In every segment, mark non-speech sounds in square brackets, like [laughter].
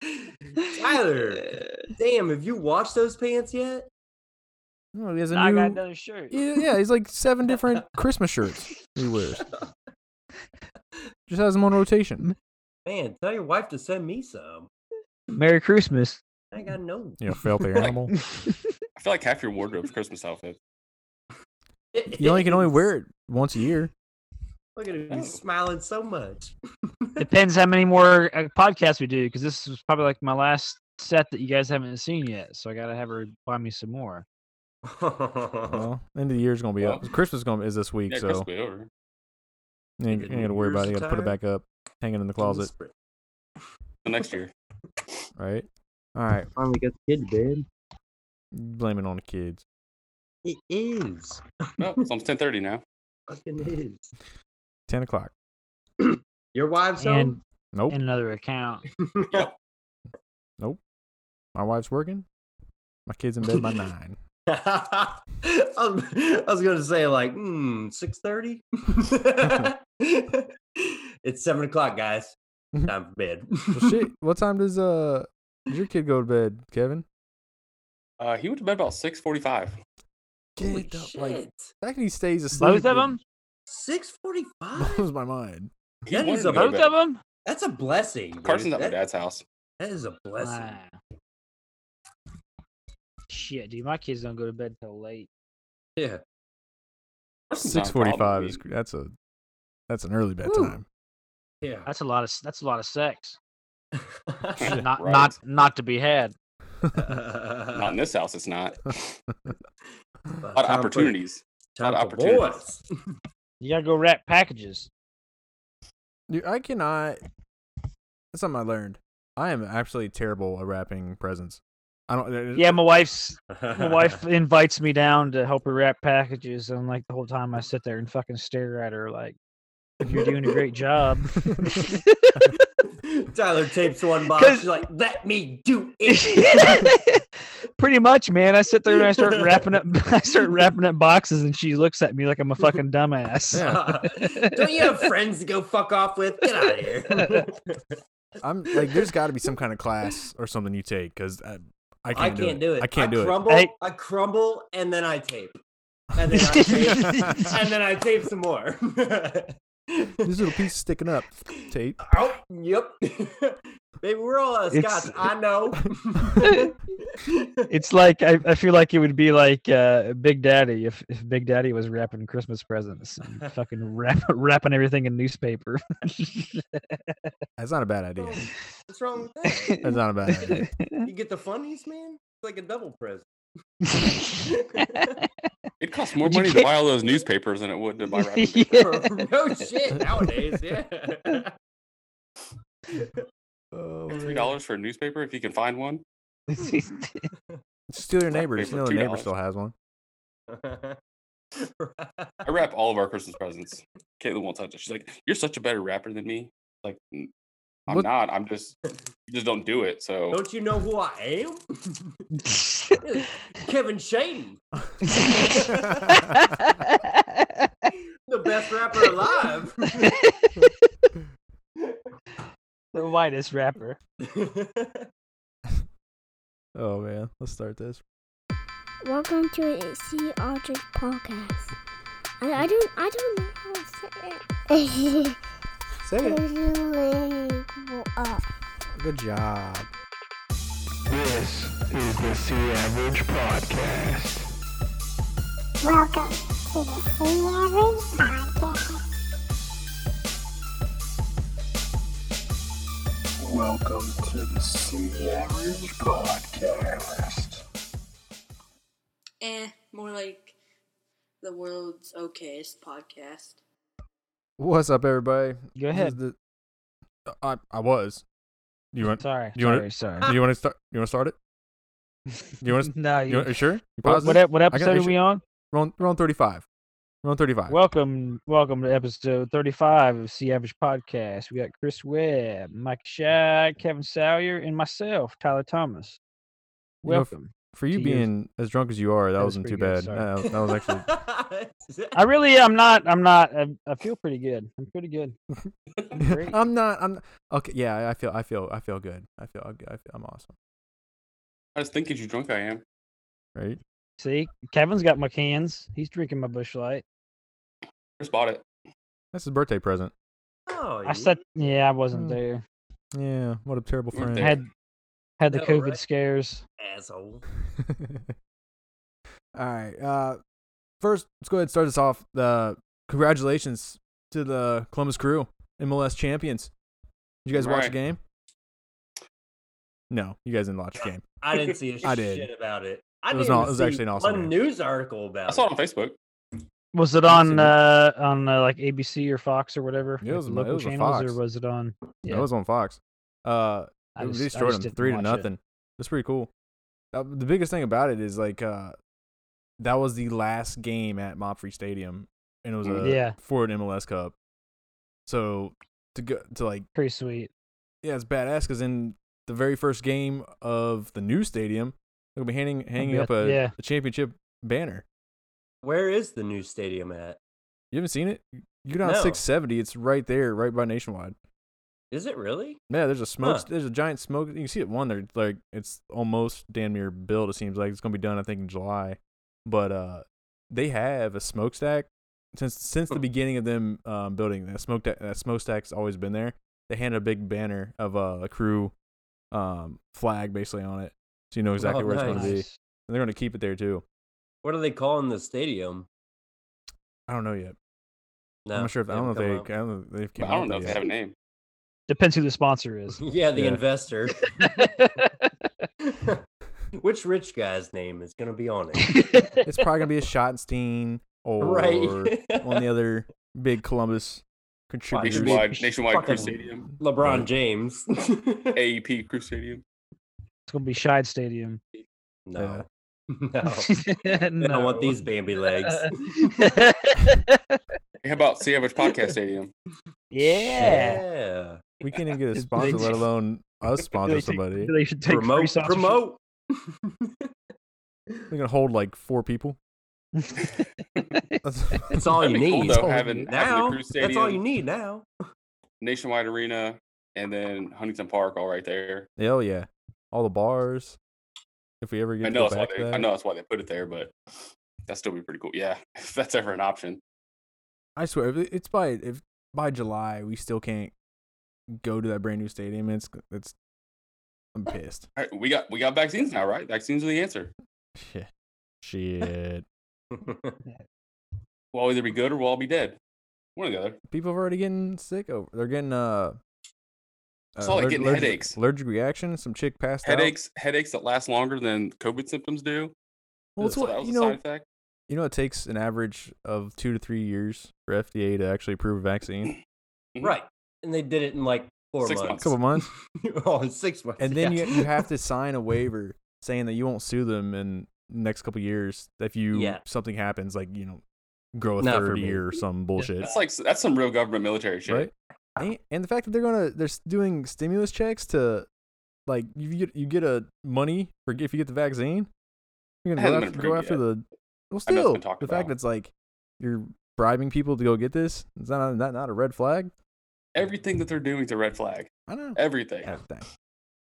[laughs] Tyler, damn, have you washed those pants yet? No, he has a I new. got another shirt. [laughs] yeah, yeah, he's like [laughs] seven different Christmas shirts he wears. Just has them on rotation. Man, tell your wife to send me some. Merry Christmas. Mm. I got no. You know, [laughs] filthy animal. I feel like half your wardrobe's Christmas outfit. You only can only wear it Oh. once a year. [laughs] Look at him, he's smiling so much. Depends how many more uh, podcasts we do, because this is probably like my last set that you guys haven't seen yet. So I gotta have her buy me some more. [laughs] [laughs] Well, end of the year is gonna be up. Well- Christmas is gonna is this week, Yeah, so Christmas will be over. you ain't, you ain't gotta worry about it. You gotta put it Yours back up, hanging in the closet, The next year. right? All right, Finally got the kid to bed. blame it on the kids. It is. No, Oh, it's almost ten thirty now. Fucking is. Ten o'clock. Your wife's and home? Nope, and another account. Yep. my wife's working. My kids in bed by [laughs] nine. [laughs] I was, I was going to say like, hmm, six thirty. [laughs] it's seven o'clock, guys. Time for bed. Mm-hmm. Well, shit. What time does uh does your kid go to bed, Kevin? Uh, he went to bed about six forty-five. [laughs] Holy Get up, like shit. fact he stays asleep. Both of them. Six [laughs] forty-five. blows my mind. He That wanted is to a go to Both of bed. them. That's a blessing. dude. Carson's at my That- dad's house. That is a blessing. Shit, dude, my kids don't go to bed till late. Yeah. Carson's not Six a problem. forty-five I is mean, that's a that's an Woo. early bedtime. Yeah. [laughs] [laughs] That's a lot of s- that's a lot of sex. Yeah, Not right. not not to be had. Not in this house. It's not. A But lot of time for- opportunities. time lot of for opportunities. boys. You gotta go wrap packages. Dude, I cannot. That's something I learned. I am absolutely terrible at wrapping presents. I don't. there- [laughs] Yeah, my wife's my wife [laughs] invites me down to help her wrap packages, and like the whole time I sit there and fucking stare at her like, "You're doing a great job." [laughs] [laughs] [laughs] um, Tyler tapes one box. Cause- She's like, let me do it. [laughs] Pretty much, man. I sit there and I start wrapping up. [laughs] I start wrapping up boxes, and she looks at me like I'm a fucking [laughs] dumbass. Don't you have friends to go fuck off with? Get out of here. [laughs] I'm like, there's got to be some kind of class or something you take because I, I can't, I can't do it. I can't do crumble, Hey. I crumble and then I tape. And then I tape, and then I tape some more. it. This little piece sticking up tape. Oh, yep. [laughs] Baby, we're all uh, It's- Scots. I [laughs] know. [laughs] It's like I, I feel like it would be like uh, Big Daddy if, if Big Daddy was wrapping Christmas [laughs] presents, and fucking wrap, [laughs] wrapping everything in newspaper. [laughs] That's not a bad idea. What's wrong with that? That's not a bad idea. You get the funniest man. It's like a double [laughs] present. It costs more You money to can't- buy all those newspapers than it would to buy wrapping paper. no shit nowadays. [laughs] Yeah. [laughs] Oh, Three man. dollars for a newspaper if you can find one. Steal your Black neighbor's. You paper, know, the neighbor $2. still has one. I wrap all of our Christmas presents. Caitlin won't touch it. She's like, "You're such a better rapper than me." Like, "N- I'm What- not. I'm just you just don't do it. So [laughs] Don't you know who I am? [laughs] Kevin Shady, the best rapper alive. the whitest rapper. oh man, let's start this. Welcome to a Sea Otters podcast. I, I don't I don't know how to say it. Say it. Bilingual. Good job. Welcome to the Sea Otters podcast. Eh, more like the world's okayest podcast. What's up, everybody? Go This ahead. is the- I I was. You [laughs] want? Sorry. you wanna- sorry. Sorry. You want to start? You want to start it? you [laughs] wanna- no. You, You, you sure? You what, positive? what, ep- what got- episode you are we on? We're on, we're on 35. We're on 35. Welcome, welcome to episode thirty-five of Sea Average Podcast. We got Chris Webb, Mike Shy, Kevin Salyer, and myself, Tyler Thomas. You know, f- Welcome. for you to you. being as drunk as you are, that, That was wasn't too pretty good, bad. sorry. That, that [laughs] was [laughs] actually. I really, I'm not, I'm not. I, I feel pretty good. I'm pretty good. I'm great. [laughs] I'm not. I'm okay. Yeah, I feel. I feel. I feel good. I feel. I feel I'm awesome. I was thinking you drunk I am. right? See, Kevin's got my cans. He's drinking my bush light. Just bought it. That's his birthday present. Oh, I said, yeah, I wasn't Mm. there. Yeah, what a terrible Weren't friend. I Yeah. had had the No, COVID right? scares. you asshole. [laughs] All right. Uh, first, let's go ahead and start this off. Uh, congratulations to the Columbus Crew MLS champions. Did you guys watch the Right. game? No, you guys didn't watch the game. I didn't see a [laughs] I did. shit about it. I It was didn't an- even it was see actually an awesome one game. news article about I saw it on Facebook. Was it I've on seen it. uh on uh, like ABC or Fox or whatever? Yeah, it like was the on- it local was on channels Fox. or was it on? That Yeah, was on Fox. Uh, I They just- I destroyed just them didn't three to watch it. nothing. That's pretty cool. Uh, the biggest thing about it is like uh, that was the last game at Mopfree Stadium, and it was a Yeah. for an MLS Cup. So to go to like Pretty sweet. yeah, it's badass because in the very first game of the new stadium, they'll be handing hanging be up at- a, yeah. a championship banner. Where is the new stadium at? You haven't seen it? You're not No. 670. It's right there, right by Nationwide. Is it really? Yeah, there's a smoke. Huh. There's a giant smoke. You can see it one. They're like it's almost damn near built. It seems like it's gonna be done. I think in July, but uh, they have a smokestack since since the Hmm. beginning of them um, building that smoke that smokestack's always been there. They handed a big banner of uh, a crew um, flag basically on it, so you know exactly Oh, where it's Nice. gonna be. And they're gonna keep it there too. What are they calling the stadium? I don't know yet. No, I'm not sure if I don't know if haven't they. come I don't know if they've came I don't out know if with they that have a yet. name. Depends who the [laughs] sponsor is. up. [laughs] yeah, the Yeah. [laughs] investor. Which rich guy's name is going to be on it? It's probably gonna be [laughs] a Schottenstein [laughs] or [laughs] right. on the other big Columbus contributors. Fucking- Nationwide, nationwide E fucking- Crew Stadium, [laughs] LeBron James. [laughs] AEP Crew Stadium. It's gonna be Shide Stadium. no. [laughs] No. [laughs] no. They [laughs] don't want these Bambi legs. How about Sea Average [laughs] Podcast Stadium? [laughs] yeah. Yeah. We can't even get [laughs] a They sponsor, let should- alone us sponsor They should- somebody. They should take free Promote. sponsorship. Promote. [laughs] They're gonna hold like four people. [laughs] [laughs] That's, That's all you That'd be cool, need. though, all we having, need. having the now, Crew that's all you Stadium, need now. Nationwide Arena, and then Huntington Park, all right there. hell yeah, all the bars. If we ever get I to know go that's why back to they, that, I know that's why they put it there, but that'd still be pretty cool. Yeah, [laughs] if that's ever an option. I swear, if it- it's by if by July we still can't go to that brand new stadium. It's it's I'm [laughs] pissed. All right, we got we got vaccines now, right? Vaccines are the answer. Shit, shit. [laughs] We'll either be good or we'll all be dead. One or the other. [laughs] People are already getting sick over. They're getting uh. It's all like allerg- getting allergic- headaches. Allergic reaction. Some chick passed out. Headaches headaches that last longer than COVID symptoms do. Well, it's so that what was you a side know. effect. You know, it takes an average of two to three years for FDA to actually approve a [laughs] vaccine. Mhm. right. And they did it in like four Six A months. couple months, [laughs] oh, in six months. and then yeah. you you have to sign a waiver saying that you won't sue them in the next couple years if you Yeah. something happens, like you know, grow a Not for third me. ear or some bullshit, That's like that's some real government military shit. right? And, and the fact that they're gonna they're s- doing stimulus checks to like you get you get a money for if you get the vaccine, you're gonna It go hasn't after, been go approved after the well I know it's still been the talked fact about. that it's like you're bribing people to go get this is not not not a red flag. Everything that they're doing is a red flag. I don't know. Everything. Kind of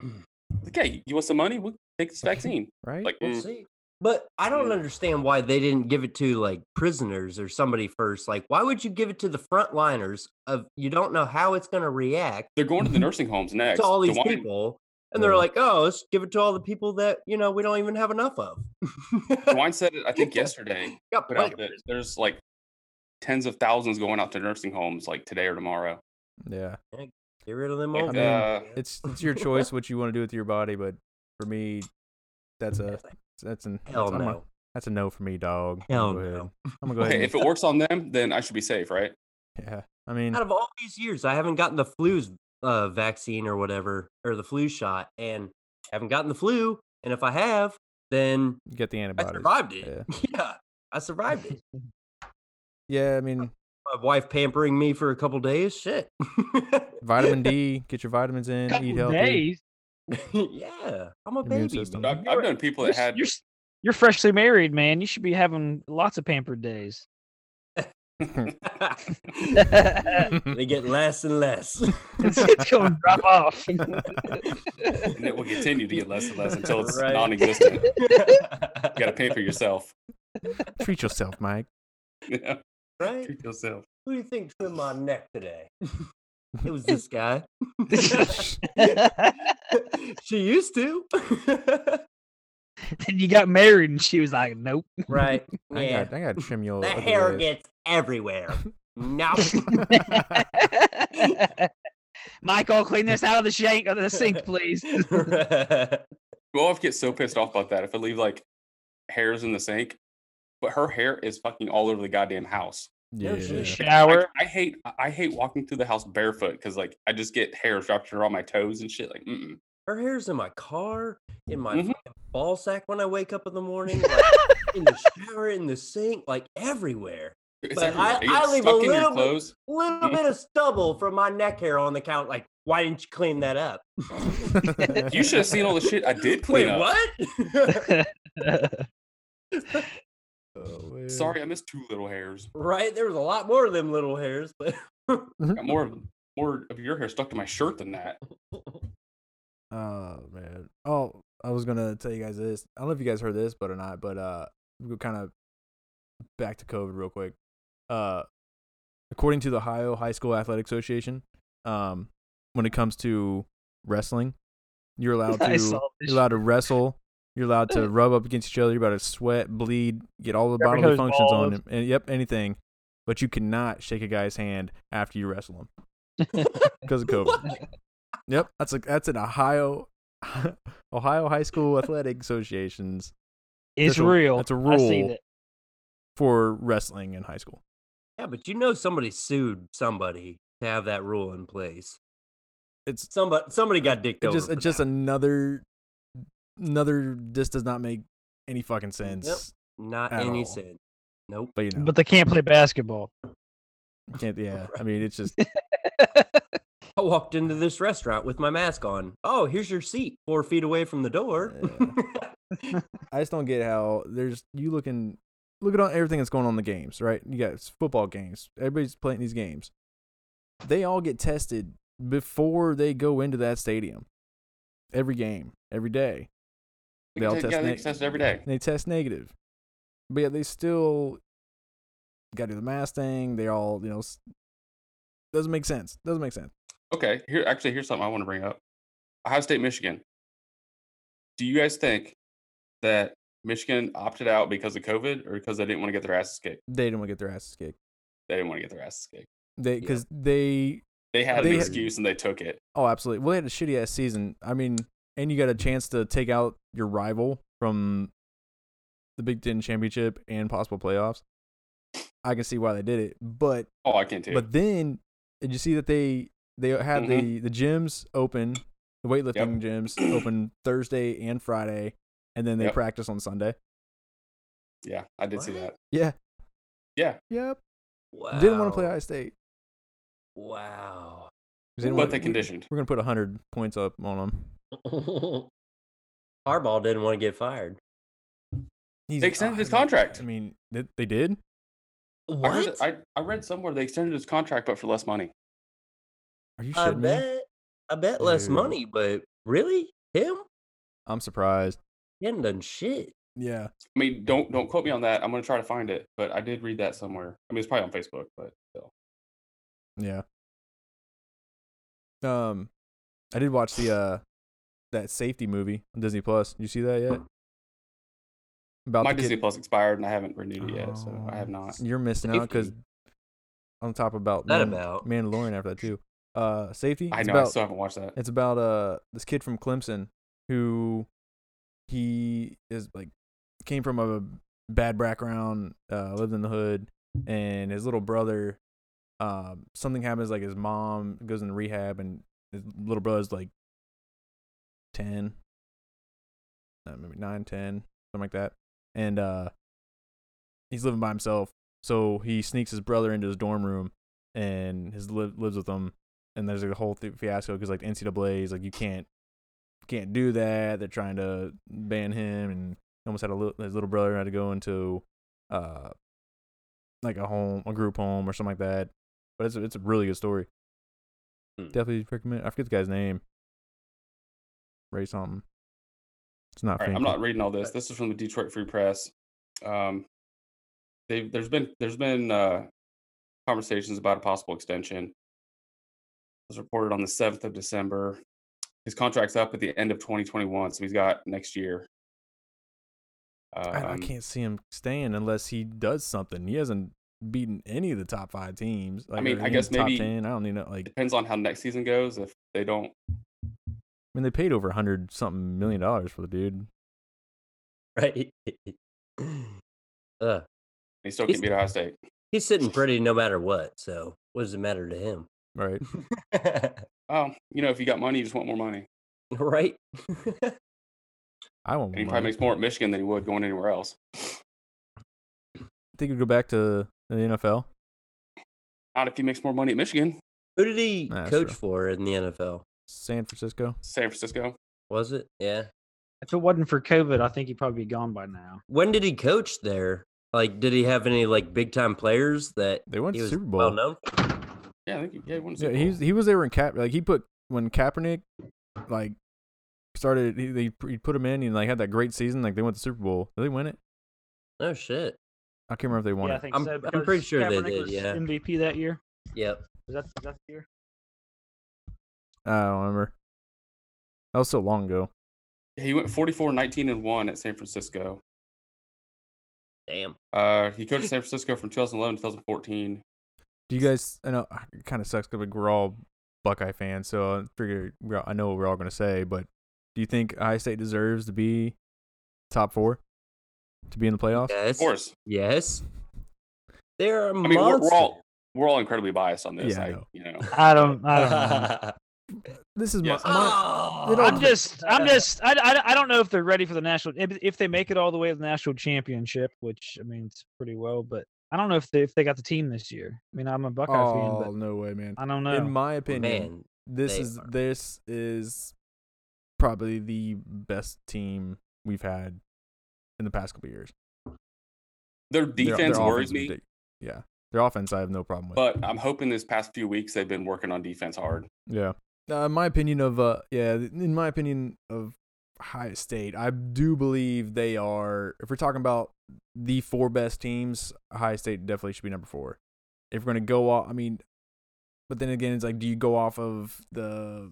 thing. Okay, you want some money? We'll take this vaccine. right? Like, [laughs] We'll mm, see. But I don't Mm. understand why they didn't give it to like prisoners or somebody first. Like, why would you give it to the frontliners of you don't know how it's going to react they're going [laughs] to the nursing homes next. to all these DeWine- people? [laughs] And they're Yeah. like, oh, let's give it to all the people that, you know, we don't even have enough of. DeWine said [laughs] it, I think, yesterday. Got Put plenty out of that prisoners. there's like tens of thousands going out to nursing homes like today or tomorrow. [laughs] yeah. Get rid of them Like, all. uh, It's it's your choice what you want to do with your body, but for me, that's a that's an Hell that's, I'm a- no. that's a no for me, dog. I'm Hell gonna go ahead. no. I'm [laughs] gonna go Okay, ahead. if it works on them, then I should be safe, right? and- yeah, I mean, Out of all these years, I haven't gotten the flu's uh, vaccine or whatever, or the flu shot, and haven't gotten the flu. And if I have, then get the I antibodies. survived it. [laughs] yeah I survived [laughs] it. Yeah, I mean, my wife pampering me for a couple days. Shit. [laughs] vitamin D. Get your vitamins in. Couple Eat healthy. days? yeah, I'm a Immune baby. system. man. I've, I've known people You're, that s- had you're, s- you're freshly married, man. You should be having lots of pampered days. [laughs] [laughs] they get less and less. [laughs] it's going to drop off. [laughs] [laughs] and it will continue to get less and less until it's Right. [laughs] non-existent. You got to pay for yourself. [laughs] Treat yourself, Mike. Yeah, [laughs] right? Treat yourself. Who do you think trimmed my neck today? [laughs] it was [laughs] this guy. [laughs] she used to. and you got married, and she was like, "Nope." [laughs] [laughs] right. I Yeah. got I got to trim your The ugly hair ass. gets [laughs] everywhere. No. [laughs] Michael, clean this out of the shank of the sink, please. We all get so pissed off about that if I leave like hairs in the sink, but her hair is fucking all over the goddamn house. [laughs] No, Yeah. [laughs] she's- Like, [laughs] Shower. I hate I- I hate walking through the house barefoot because like I just get hairs dropped on my toes and shit. Like, mm-mm. Her hair's in my car, in my Mhm. fucking ball sack when I wake up in the [laughs] morning, like, in the shower, in the sink, like everywhere. It's But I- everywhere. It gets I leave a stuck in your little bit- clothes. Little bit of stubble from my neck hair on the count. Like, why didn't you clean that up? You should have seen all the shit I did [laughs] clean Wait, up. what? [laughs] Oh, man. Sorry, I missed two little hairs. right? There was a lot more of them little hairs, but [laughs] Got more of more of your hair stuck to my shirt than that. Oh man. Oh, I was gonna tell you guys this. I don't know if you guys heard this, but or not. But uh, we go kind of back to COVID real quick. Uh, according to the Ohio High School Athletic Association, um, when it comes to wrestling, you're allowed [laughs] I to saw this you're allowed to wrestle. You're allowed to rub up against each other. You're allowed to sweat, bleed, get all the Every bodily hose functions on. balls. And, and yep, anything. But you cannot shake a guy's hand after you wrestle him because of COVID. Yep, that's a that's an Ohio [laughs] Ohio High School Athletic Association's It's That's a- real. that's a I see rule. that. for wrestling in high school. yeah, but you know somebody sued somebody to have that rule in place. It's Somebody somebody got dicked it over. just for it's just that. another another. This does not make any fucking sense. not at any all. sense. Nope. But you know, But they can't play basketball. you can't, yeah. I mean, it's just I walked into this restaurant with my mask on. Oh, here's your seat, four feet away from the door. Uh, [laughs] I just don't get how there's you looking look at all everything that's going on in the games, right? You got s- football games. Everybody's playing these games. They all get tested before they go into that stadium. Every game, every day. We They all can take- test yeah, they neg- get tested every day. They test negative. But yet they still got to do the mask thing. They all, you know, s- doesn't make sense. Doesn't make sense. Okay, here actually here's something I want to bring up. Ohio State, Michigan. Do you guys think that Michigan opted out because of COVID or because they didn't want to get their asses kicked? They didn't want to get their asses kicked. They didn't want to get their asses kicked. They Yeah. because they They had They an had- excuse and they took it. Oh, absolutely. Well, they had a shitty ass season. I mean, and you got a chance to take out your rival from the Big Ten championship and possible playoffs. I can see why they did it, but Oh, I can too. but then did you see that they they had Mm-hmm. the the gyms open, the weightlifting gyms [clears throat] open Thursday and Friday, and then they Yep. practice on Sunday. yeah, I did see What? that. Yeah. Yeah. Yep. wow. Uh, Didn't want to play High State. Wow. 'Cause didn't But wanna- they we- conditioned. We're gonna put hundred points up on them. [laughs] Harbaugh didn't want to get fired. He's, They extended his I mean- contract. I mean, they, they did. I heard What? that- I, I read somewhere they extended his contract but for less money. Are you I shitting me? bet I bet less Dude. money, but really? Him? I'm surprised. He hadn't done shit. [laughs] Yeah. I mean, don't don't quote me on that. I'm gonna try to find it, but I did read that somewhere. I mean, it's probably on Facebook, but still. Yeah. Um, I did watch the uh that safety movie on Disney Plus. You see that yet? About My the Disney kid- Plus expired and I haven't renewed it yet, so I have Oh, not. You're missing out because Safety. on top about That Man- about. Mandalorian after that too. Uh, safety. I it's know I about- still haven't watched that. it's about uh this kid from Clemson who he is like came from a bad background, uh, lived in the hood, and his little brother, um, something happens like his mom goes in rehab, and his little brother's like ten, uh, maybe nine, ten, something like that, and uh, he's living by himself. So he sneaks his brother into his dorm room, and his li- lives with him and there's like a whole th- fiasco because like the NCAA is like you can't can't do that. They're trying to ban him, and he almost had a little his little brother had to go into uh like a home, a group home or something like that. But it's it's a really good story. Hmm. Definitely recommend. I forget the guy's name. Ray something. It's not. All right, I'm Finkel. not reading all this. This is from the Detroit Free Press. Um, they've there's been there's been uh, conversations about a possible extension. It was reported on the 7th of December. His contract's up at the end of 2021, so he's got next year. Um, I, I can't see him staying unless he does something. He hasn't beaten any of the top five teams. Like, mean, or I any guess top maybe- ten. I don't even know. Like, I Depends on how next season goes. If they don't, mean, they paid over a hundred something million dollars for the dude. right? [laughs] uh, they still He's- can't beat Ohio State. he's [laughs] sitting pretty no matter what. So what does it matter to him? [laughs] Right. [laughs] Oh, you know, if you got money, you just want more money. right? I won't. And he probably makes more at Michigan than he would going anywhere else. Think he'd go back to the NFL. Not if he makes more money at Michigan, Who did he Nah, that's coach true. for in the NFL? San Francisco. San Francisco. Was it? Yeah. If it wasn't for COVID, I think he'd probably be gone by now. When did he coach there? Like, did he have any like big time players that They went he to was Super Bowl. well known? for? Yeah, I think he, yeah, he won a Yeah, Super he Bowl. was, he was there when Cap like he put when Kaepernick like started he, they he put him in and like had that great season like they went to Super Bowl did they win it No Oh, shit. I can't remember if they won Yeah, I it think I'm- so. I'm because pretty sure they Kaepernick did, was yeah. MVP that year. Yep. Was that, was that the year? I don't remember that was so long ago He went 44 19 and 1 at San Francisco. Damn. Uh, he coached San Francisco from 2011 to 2014. do you guys I know ah, it kind of sucks because we're all Buckeye fans so I figure we're, all- I know what we're all gonna say but do you think Ohio State deserves to be top four to be in the playoffs Of Yes. course. Yes. There are I mean, we're, monsters. we're all we're all incredibly biased on this. Yeah, I I, know. you know, I don't. I don't. [laughs] know. this is Yes. my, my Ah! Oh, they don't- I'm just, I'm just, I, I, I don't know if they're ready for the national. If, if they make it all the way to the national championship, which I mean, it's pretty well, but I don't know if they, if they got the team this year. I mean, I'm a Buckeye oh fan, no way man but I don't know. in my opinion man. this They is are. this is probably the best team we've had in the past couple years. Their- their their defense worries offense me, is ridic- yeah, their offense I have no problem with. but I'm hoping this past few weeks they've been working on defense hard. yeah, uh, in my opinion of uh, yeah, in my opinion of Ohio State, I do believe they are. If we're talking about the four best teams, Ohio State definitely should be number four. If we're gonna go off, I mean, but then again, it's like, do you go off of the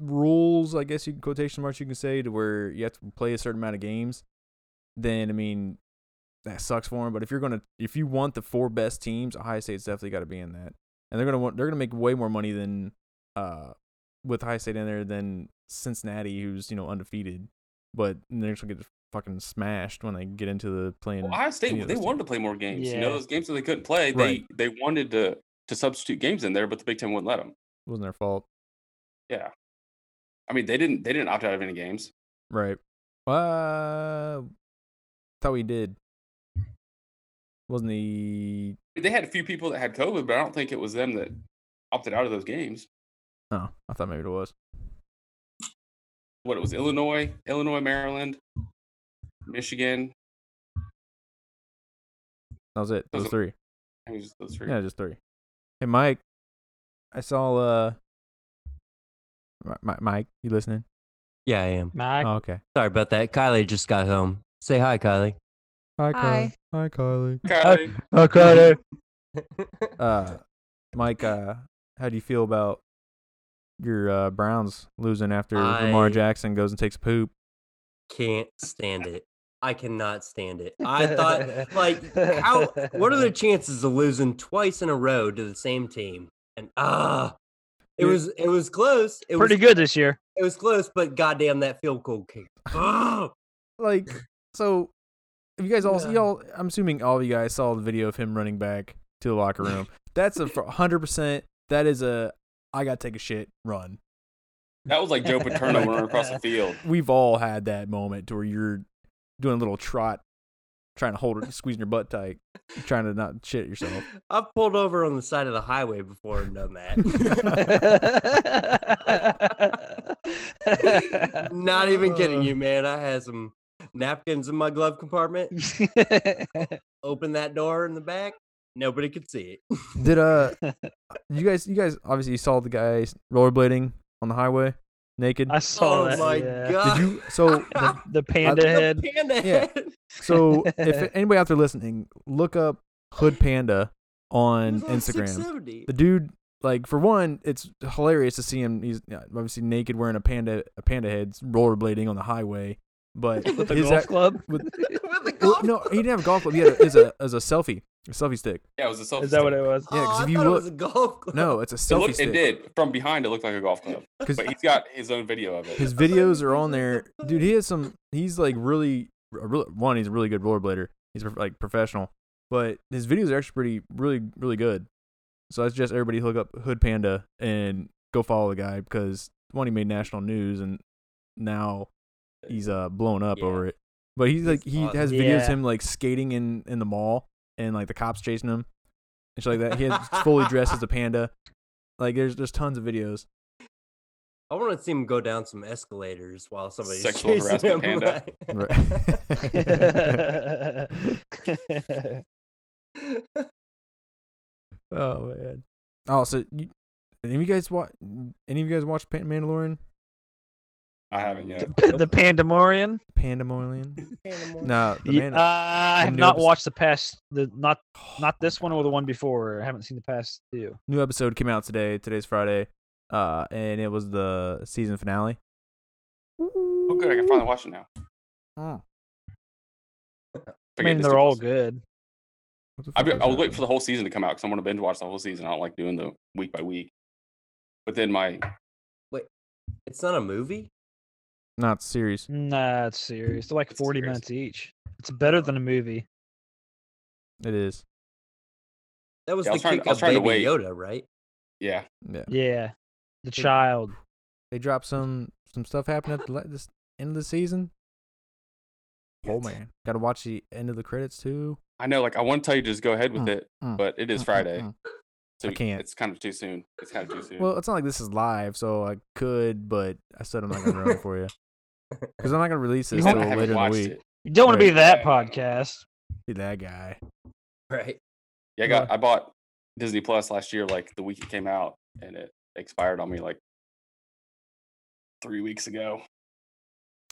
rules? I guess you quotation marks you can say to where you have to play a certain amount of games. Then I mean, that sucks for them. But if you're gonna, if you want the four best teams, Ohio State's definitely got to be in that, and they're gonna want, they're gonna make way more money than, uh, with Ohio State in there than Cincinnati, who's you know undefeated, but they're just gonna get fucking smashed when they get into the playing. Well, Ohio any State of they those wanted to play more games. You know, Yeah. those games that they couldn't play, they Right. they wanted to to substitute games in there, but the Big Ten wouldn't let them. It wasn't their fault, Yeah, I mean they didn't they didn't opt out of any games. right? Uh, thought we did. Wasn't the They had a few people that had COVID, but I don't think it was them that opted out of those games. oh? I thought maybe it was. What it was Illinois, Illinois, Maryland, Michigan. That was it. Those Those- three. I think it was just those three. Yeah, just three. Hey, Mike, I saw uh, Mi- Mi- Mike, you listening? Yeah, I am. Mike, Oh, okay. Sorry about that. Kylie just got home. Say hi, [laughs] Kylie. Hi, Hi. Kylie. Hi, Kylie. [laughs] Kylie, okay. Uh, Mike, uh, how do you feel about your uh, Browns losing after Lamar I- Jackson goes and takes a poop? Can't stand it. I cannot stand it. I thought, like, how? What [laughs] are the chances of losing twice in a row to the same team? And ah, it Yeah. was it was close. It Pretty was good this year. [laughs] it was close, but goddamn that field goal kick. Ah! Like, so if you guys all Yeah. y'all, I'm assuming all of you guys saw the video of him running back to the locker room. That's a hundred percent. That is a I gotta take a shit run. that was like Joe Paterno running across [laughs] the field. we've all had that moment to where you're doing a little trot, trying to hold it, squeezing your butt tight, trying to not shit yourself. I've pulled over on the side of the highway before and done that. [laughs] Not even [laughs] kidding you, man. I had some napkins in my glove compartment. Open that door in the back. Nobody could see it. Did uh, you guys, you guys obviously you saw the guy rollerblading on the highway naked. I saw oh that. my yeah. god! Did you? So, The, the [laughs] The panda [laughs] head. panda Yeah. head. so if anybody out there listening, look up Hood Panda on He was like Instagram. 670. The dude, like for one, it's hilarious to see him. He's yeah, obviously naked, wearing a panda, a panda head, rollerblading on the highway. But With the his golf ac- club. with- With the well, golf no, he club. didn't have a golf club. He had a, is a as a selfie, a selfie stick. Yeah, it was a selfie. Is that what stick. it was? Yeah, 'cause oh, if I you thought it look- was a golf club. No, it's a It, selfie looked, it stick. did from behind. It looked like a golf club, 'Cause- but he's got his own video of it. His videos are on there, dude. He has some. He's like really, a real- one. He's a really good rollerblader. He's prof- like professional, but his videos are actually pretty, really, really good. So that's just everybody hook up Hood Panda and go follow the guy because one, he made national news, and now he's uh blown up Yeah. over it. But he's like he awesome. has videos of Yeah. him like skating in in the mall and like the cops chasing him and shit like that. He has fully dressed as a panda. Like there's there's tons of videos. I want to see him go down some escalators while somebody's Sexual chasing harassment him. panda. Right. [laughs] Oh man. [laughs] Oh, so you, any of you guys watch? Any of you guys watch Pan- Mandalorian? I haven't yet. the Pandemorian. [laughs] Pandemorian? no, the Ye- man. uh, I the have new not episode- watched the past. The [sighs] not not this one or the one before. I haven't seen the past two. new episode came out today. Today's Friday, uh, and it was the season finale. Oh, good. I can finally watch it now. Oh, I Forget mean, this they're all difference. good. What the I'll, be, fuck is I'll that? wait for the whole season to come out because I want to binge watch the whole season. I don't like doing the week by week. But then my [laughs] It's not a movie. Not serious. Nah, it's serious. They're like It's forty serious. minutes each. It's better than a movie. It is. That was Yeah, I the was trying- kick I was of trying Baby to wait. Yoda, right? [laughs] yeah, Yeah. Yeah, the child. They dropped some some stuff happened at the la- this end of the season. Oh man, gotta watch the end of the credits too. I know. Like I want to tell you to just go ahead with Mm, it, mm, but it is Mm, mm, Friday, mm. so I can't. It's kind of too soon. It's kind of too soon. Well, it's not like this is live, so I could, but I said I'm not gonna [laughs] ruin it for you because I'm not gonna release You this know, till I haven't later in the watched week. it. You don't want to be Right. that podcast. [laughs] Be that guy. Right. Yeah, I got. I bought Disney Plus last year, like the week it came out, and it expired on me like three weeks ago.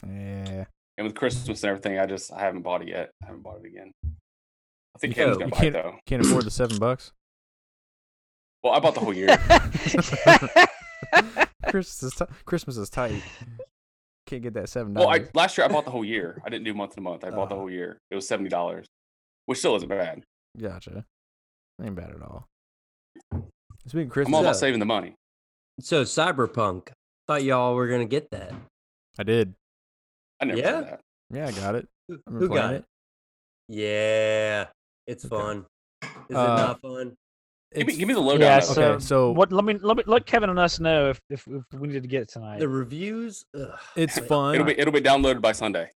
Yeah. And with Christmas and everything, I just I haven't bought it yet. I haven't bought it again. I think You Kevin's can't- gonna you buy it though. Can't afford the seven [laughs] bucks. [laughs] Well, I bought the whole year. Christmas is ti- Christmas is tight. Can't get that seven well, dollars. I, last year I bought the [laughs] whole year. I didn't do month to month. I bought the Uh-huh. whole year. It was seventy dollars, which still isn't bad. gotcha. Ain't bad at all. Speaking of Christmas, I'm all about So- saving the money. So Cyberpunk. Thought y'all were gonna get that. I did. I never Yeah? did that. Yeah, I got it. Who- I've been Who playing got it? Yeah, it's Okay. fun. Is it Uh, not fun? Give me, It's- give me the lowdown. yeah. of it. Okay, So, so- what? Let me let me let Kevin and us know if if, if we need to get it tonight. The reviews. Ugh. It's fun. [laughs] It'll be it'll be downloaded by Sunday.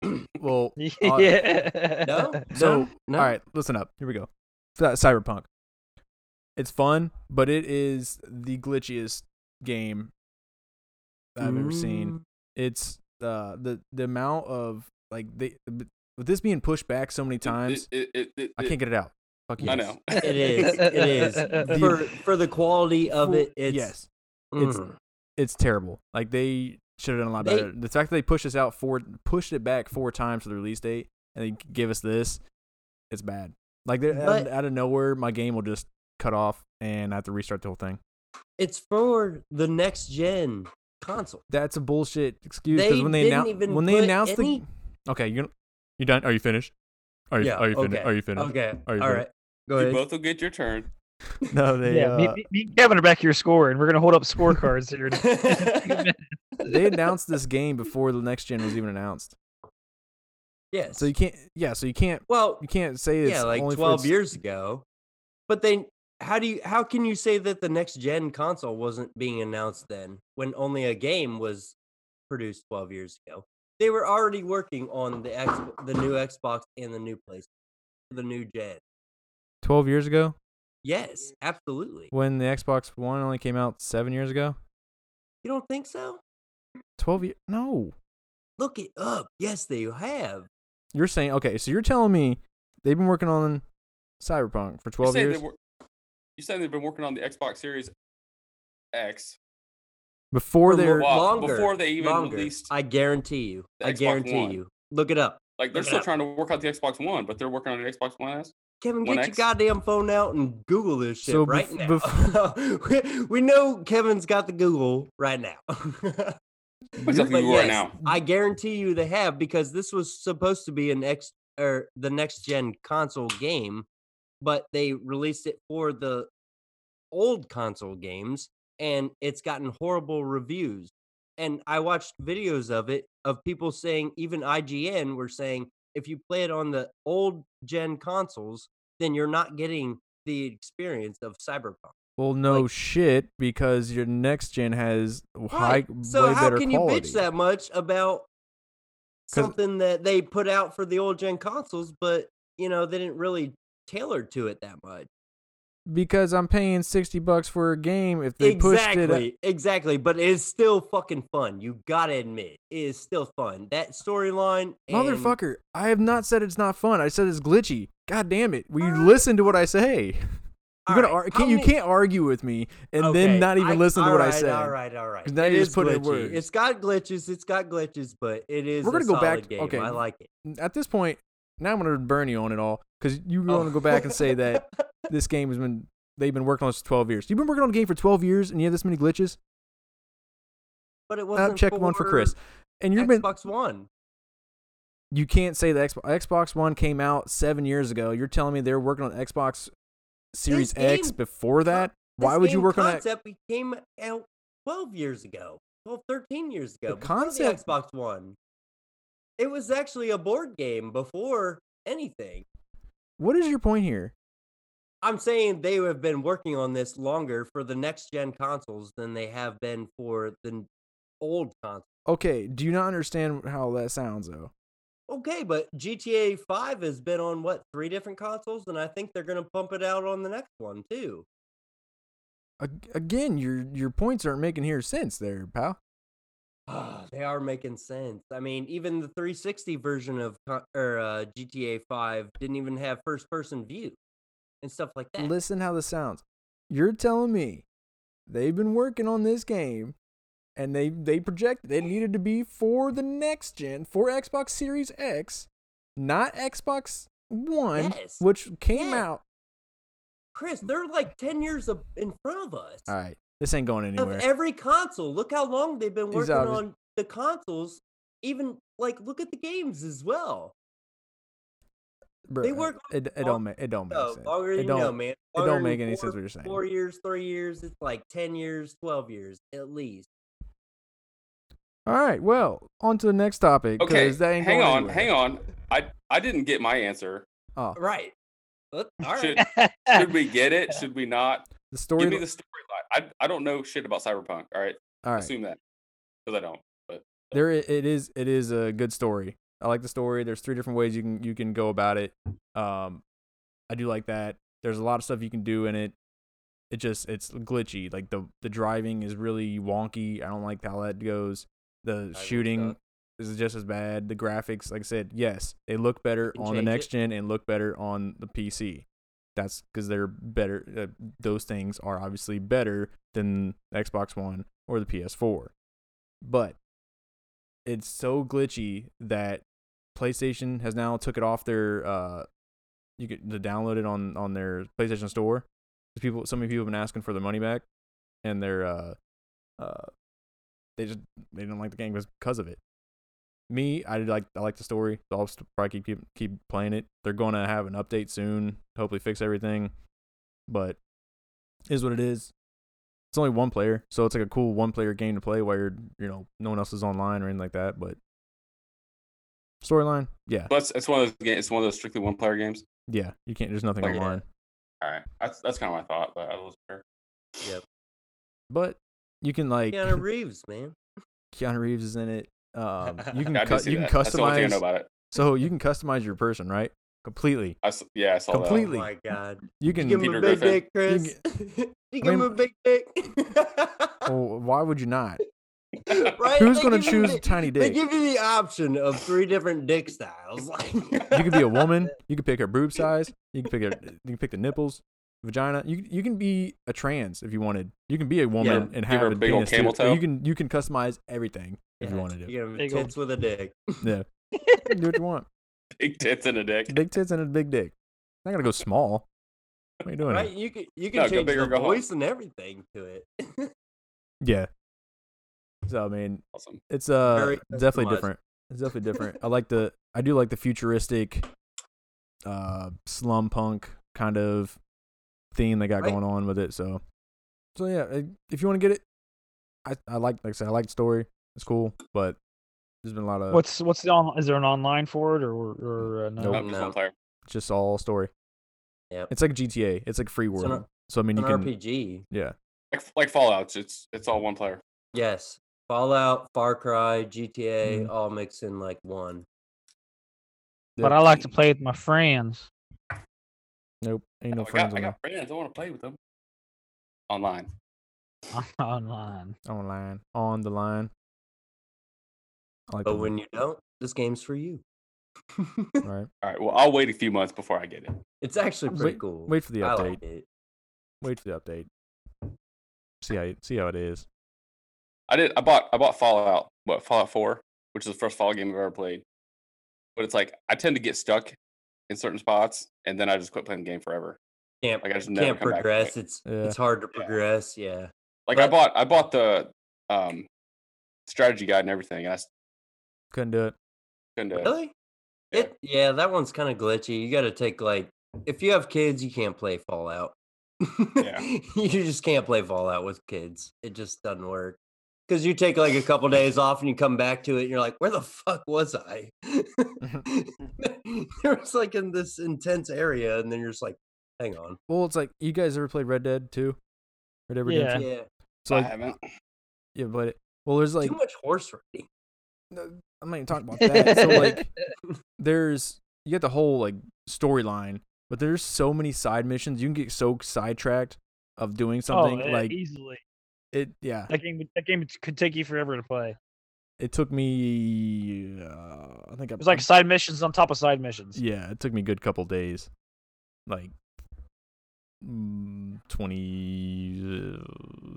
well, [laughs] [laughs] uh, yeah. [laughs] No. no, So, no. all right, listen up. Here we go. Cy- Cyberpunk. It's fun, but it is the glitchiest game I've ever seen. It's uh, the the amount of like they with this being pushed back so many times, It- it- it- it- I can't get it out. Fuck yes. I know. [laughs] [laughs] Mm. It is. It [laughs] is. for for the quality of For- it, it's yes, mm, it's- it's terrible. Like they should have done a lot They- better. The fact that they pushed us out four, pushed it back four times to the release date, and they give us this, it's bad. Like they're out, But- of, out of nowhere, my game will just cut off, and I have to restart the whole thing. it's for the next gen console. That's a bullshit excuse They because when they didn't announced even when they put announced any- the okay, you you done? Are you finished? Are you yeah. are you finished? okay, Are you finished? Okay. Are you all finished? right. Go You ahead. both will get your turn. [laughs] No, they yeah, me, uh, me- me and Kevin are back here scoring. We're gonna hold up scorecards here. in a few minutes. they announced this game before the next gen was even announced. yes. So you can't yeah, so you can't well, you can't say it's yeah, like only for twelve its- years ago. But they, how do you? How can you say that the next gen console wasn't being announced then, when only a game was produced twelve years ago? They were already working on the X, the new Xbox and the new PlayStation, the new gen. Twelve years ago, Yes, absolutely. when the Xbox One only came out seven years ago. You don't think so? Twelve years? No, Look it up. Yes, they have. you're saying okay. So you're telling me they've been working on Cyberpunk for 12 saying years They were, you saying they've been working on the Xbox Series X before For they're Well, while- Longer, before they even Longer. released? I guarantee you. the I Xbox guarantee One. you. Look it up. Like they're Look it still up. trying to work out the Xbox One, but they're working on an Xbox One S. Kevin, One get your X? goddamn phone out and Google this shit So right bef- now. [laughs] We- we know Kevin's got the Google right now. [laughs] What's up, But Google right yes, now? I guarantee you they have because this was supposed to be an X or the next gen console game, but they released it for the old console games and it's gotten horrible reviews. And I watched videos of it of people saying even IGN were saying if you play it on the old gen consoles, then you're not getting the experience of Cyberpunk. well no like- shit because your next gen has high Right. so way how better can you quality. bitch that much about 'Cause- something that they put out for the old gen consoles, but you know they didn't really tailor to it that much. because I'm paying 60 bucks for a game if they pushed it exactly, exactly. But it's still fucking fun. You gotta admit, it is still fun. That storyline, and- Motherfucker, I have not said it's not fun. I said it's glitchy. God damn it. Will you listen to what I say? [laughs] You're gonna Alright, ar- how can't, you many- can't argue with me and Okay, then not even I- listen to what I alright, say. All right, all right. 'Cause now you just is put it in glitchy. words. It's got glitches. It's got glitches, but it is. We're gonna a go back solid to- Game. okay, I like it. At this point, now I'm gonna burn you on it all because you're Oh. gonna go back and [laughs] say that this game has been they've been working on this for 12 years. You've been working on a game for 12 years and you have this many glitches. But it Uh, wasn't. check one for Chris. And you've been Xbox One. you can't say the Xbox Xbox One came out seven years ago. You're telling me they're working on Xbox Series X game- before that? Why this would you game work on that? concept on that? came out 12 years ago, 12, 13 years ago. The before the concept- Xbox One. It was actually a board game before anything. What is your point here? I'm saying they have been working on this longer for the next gen consoles than they have been for the n- old console. Okay, do you not understand how that sounds though? Okay, but GTA 5 has been on what three different consoles, and I think they're going to pump it out on the next one too. Ag- Again, your your points aren't making here sense there, pal. Ah, they are making sense. I mean, even the 360 version of co- or uh, GTA 5 didn't even have first person view and stuff like that. Listen how this sounds. You're telling me they've been working on this game and they they projected it needed to be for the next gen, for Xbox Series X, not Xbox 1, Yes. which came Yes. out Chris, they're like 10 years ab- in front of us. All right, this ain't going of anywhere. every console. Look how long they've been These working obvious- on the consoles. Even like look at the games as well. Bruh, they work on It, it long- don't make it don't make So sense. longer It than you know, don't- man. don't Longer than make any four- sense what you're saying. Four years, three years, it's like 10 years, 12 years at least. All right, well, on to the next topic. Okay, 'cause that ain't hang going on, anywhere. hang on. I I didn't get my answer. Oh, Right. [laughs] Let- All right. Should, should we get it? Should we not? the Give story. me the storyline. I I don't know shit about Cyberpunk. All right, all right, assume that because I don't. But there i- it is. It is a good story. I like the story. There's three different ways you can you can go about it. Um, I do like that. There's a lot of stuff you can do in it. It just it's glitchy. Like the the driving is really wonky. I don't like how that goes. The suck. shooting is just as bad. The graphics, like I said, yes, they look better can on change the it. next gen and look better on the PC. That's because they're better. Uh, those things are obviously better than the Xbox One or the PS4. But it's so glitchy that PlayStation has now took it off their uh, you could to download it on on their PlayStation Store. 'Cause people, so many people have been asking for their money back, and they're uh, uh, they just they didn't like the game because of it. Me, I did like I like the story. So I'll st- probably keep keep keep playing it. They're gonna have an update soon. to Hopefully fix everything, but it is what it is. It's only one player, so it's like a cool one player game to play while you're you know no one else is online or anything like that. But storyline, yeah, but it's, it's one of those games. It's one of those strictly one player games. yeah. You can't. There's nothing Like, yeah. online. All right, that's that's kind of my thought, but I wasn't sure. but you can like Keanu Keanu, Reeves, man. Oh Reeves is in it. Um, you [laughs] can Yeah, I did cu- see you can that. That's the only thing I know customize about it. so you can customize your person right completely. I s yeah, I saw Oh Completely. my god. You You can. give him Peter a big Griffin. dick, Chris. You [laughs] You give I him mean- a big dick. [laughs] [laughs] well, why would you not? [laughs] right? Who's They gonna give you choose the- tiny They dick? give you the option of three different dick styles. You could be a [laughs] woman. You could pick her boob size. You can pick her. You can pick the nipples, vagina. You you can be a trans if you wanted. You can be a woman and Give have her a a big old penis too. camel So toe. You can you can customize everything [laughs] if you want to do. you know, Big old- tits with a dick. [laughs] You can do what you want. Big tits and [laughs] a dick. Big tits and a big dick. Not gonna go small. What are you doing? Right? here? You can you No, can go change big or the go home. voice and everything to it. [laughs] Yeah. So I mean, Awesome. it's uh Very definitely customized. different. It's definitely different. I like the I do like the futuristic, uh, slum punk kind of theme they got Right. going on with it. So, so yeah, i- if you want to get it, I I like like I said I like the story. It's cool, but there's been a lot of What's what's the on, is there an online for it or or uh, no? Oh, Nope. just no. one player. just all story. Yep. it's like GTA. It's like free It's world. an- so I mean, An you can RPG. yeah, Like, like Fallout, it's it's all one player. Yes. Fallout, Far Cry, GTA, Mhm. all mixed in like one. But I like to play with my friends. [laughs] nope, ain't no I friends got, I on got friends. I want to play with them online. online. the- online on the line. I like But the when you don't, this game's for you. line, right. All right. Well, I'll wait a few months before I get it. it's actually pretty Wait- cool. wait for the I update. like it. Wait for the update. See how it- see how it is. I did. I bought. I bought Fallout. What Fallout Four, which is the first Fallout game I've ever played. But it's like I tend to get stuck in certain spots, and then I just quit playing the game forever. Can't, Like I just never can't come back to it. progress. It's Yeah. it's hard to Yeah. progress. Yeah. Like I But- bought. I bought the um, strategy guide and everything. And I s- Couldn't do it. couldn't. do it. Really? Yeah. It yeah, that one's kind of glitchy. You got to take like if you have kids, you can't play Fallout. Yeah. [laughs] you just can't play Fallout with kids. It just doesn't work. Cuz you take like a couple days off and you come back to it and you're like, "Where the fuck was [laughs] I?" [laughs] there was like in this intense area and then you're just like, "Hang on." Well, it's like you guys ever played Red Dead 2? Red Dead Yeah. Eh. Redemption. Yeah. It's like I haven't. yeah, but it, well, there's like Too much horse riding. no, I'm not even talking about that. [laughs] so like, there's you get the whole like storyline, but there's so many side missions. You can get so sidetracked of doing something oh, e like easily. it. Yeah, That game that game could take you forever to play. it took me. Uh, I think I It's like side missions on top of side missions. Yeah, it took me a good couple days, like mm, 20, uh,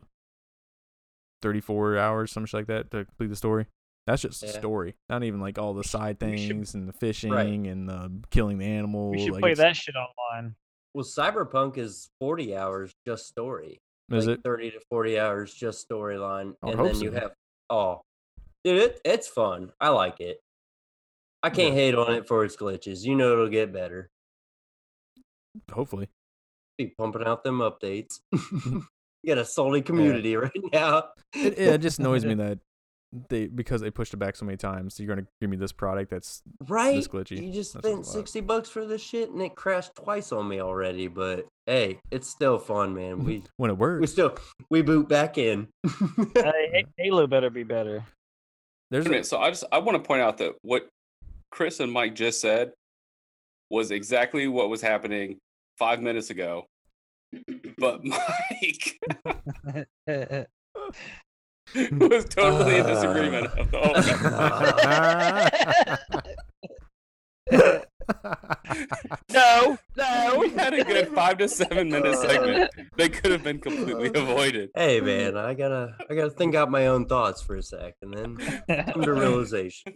34 hours, something like that, to complete the story. That's just the Yeah. story, not even like all the side we should- things and the fishing and the killing the animal. We should like play it's- that shit online. Well, Cyberpunk is 40 hours just story. Is like it? 30 to 40 hours just storyline I would and hope then you so. have oh dude it, it's fun i like it i can't hate on it for its glitches you know it'll get better Hopefully, be pumping out them [laughs] updates [laughs] you got a salty community [laughs] right now [laughs] it, it just annoys me that they because they pushed it back so many times. You're gonna give me this product that's [laughs] right glitchy. you just That's a spent lot. 60 bucks for this shit and it crashed twice on me already but hey it's still fun [laughs] man we when it we works. still we boot back [laughs] in [laughs] Hey, Halo better be better. [laughs] There's a, Wait a minute, So I just I want to point out that what Chris and Mike just said was exactly what was happening five minutes ago. But [laughs] Mike was totally in disagreement of the whole thing. [laughs] no, [laughs] We had a good five to seven minute segment that could have been completely avoided. hey man i gotta i gotta think out my own thoughts for a sec and then come [laughs] to realization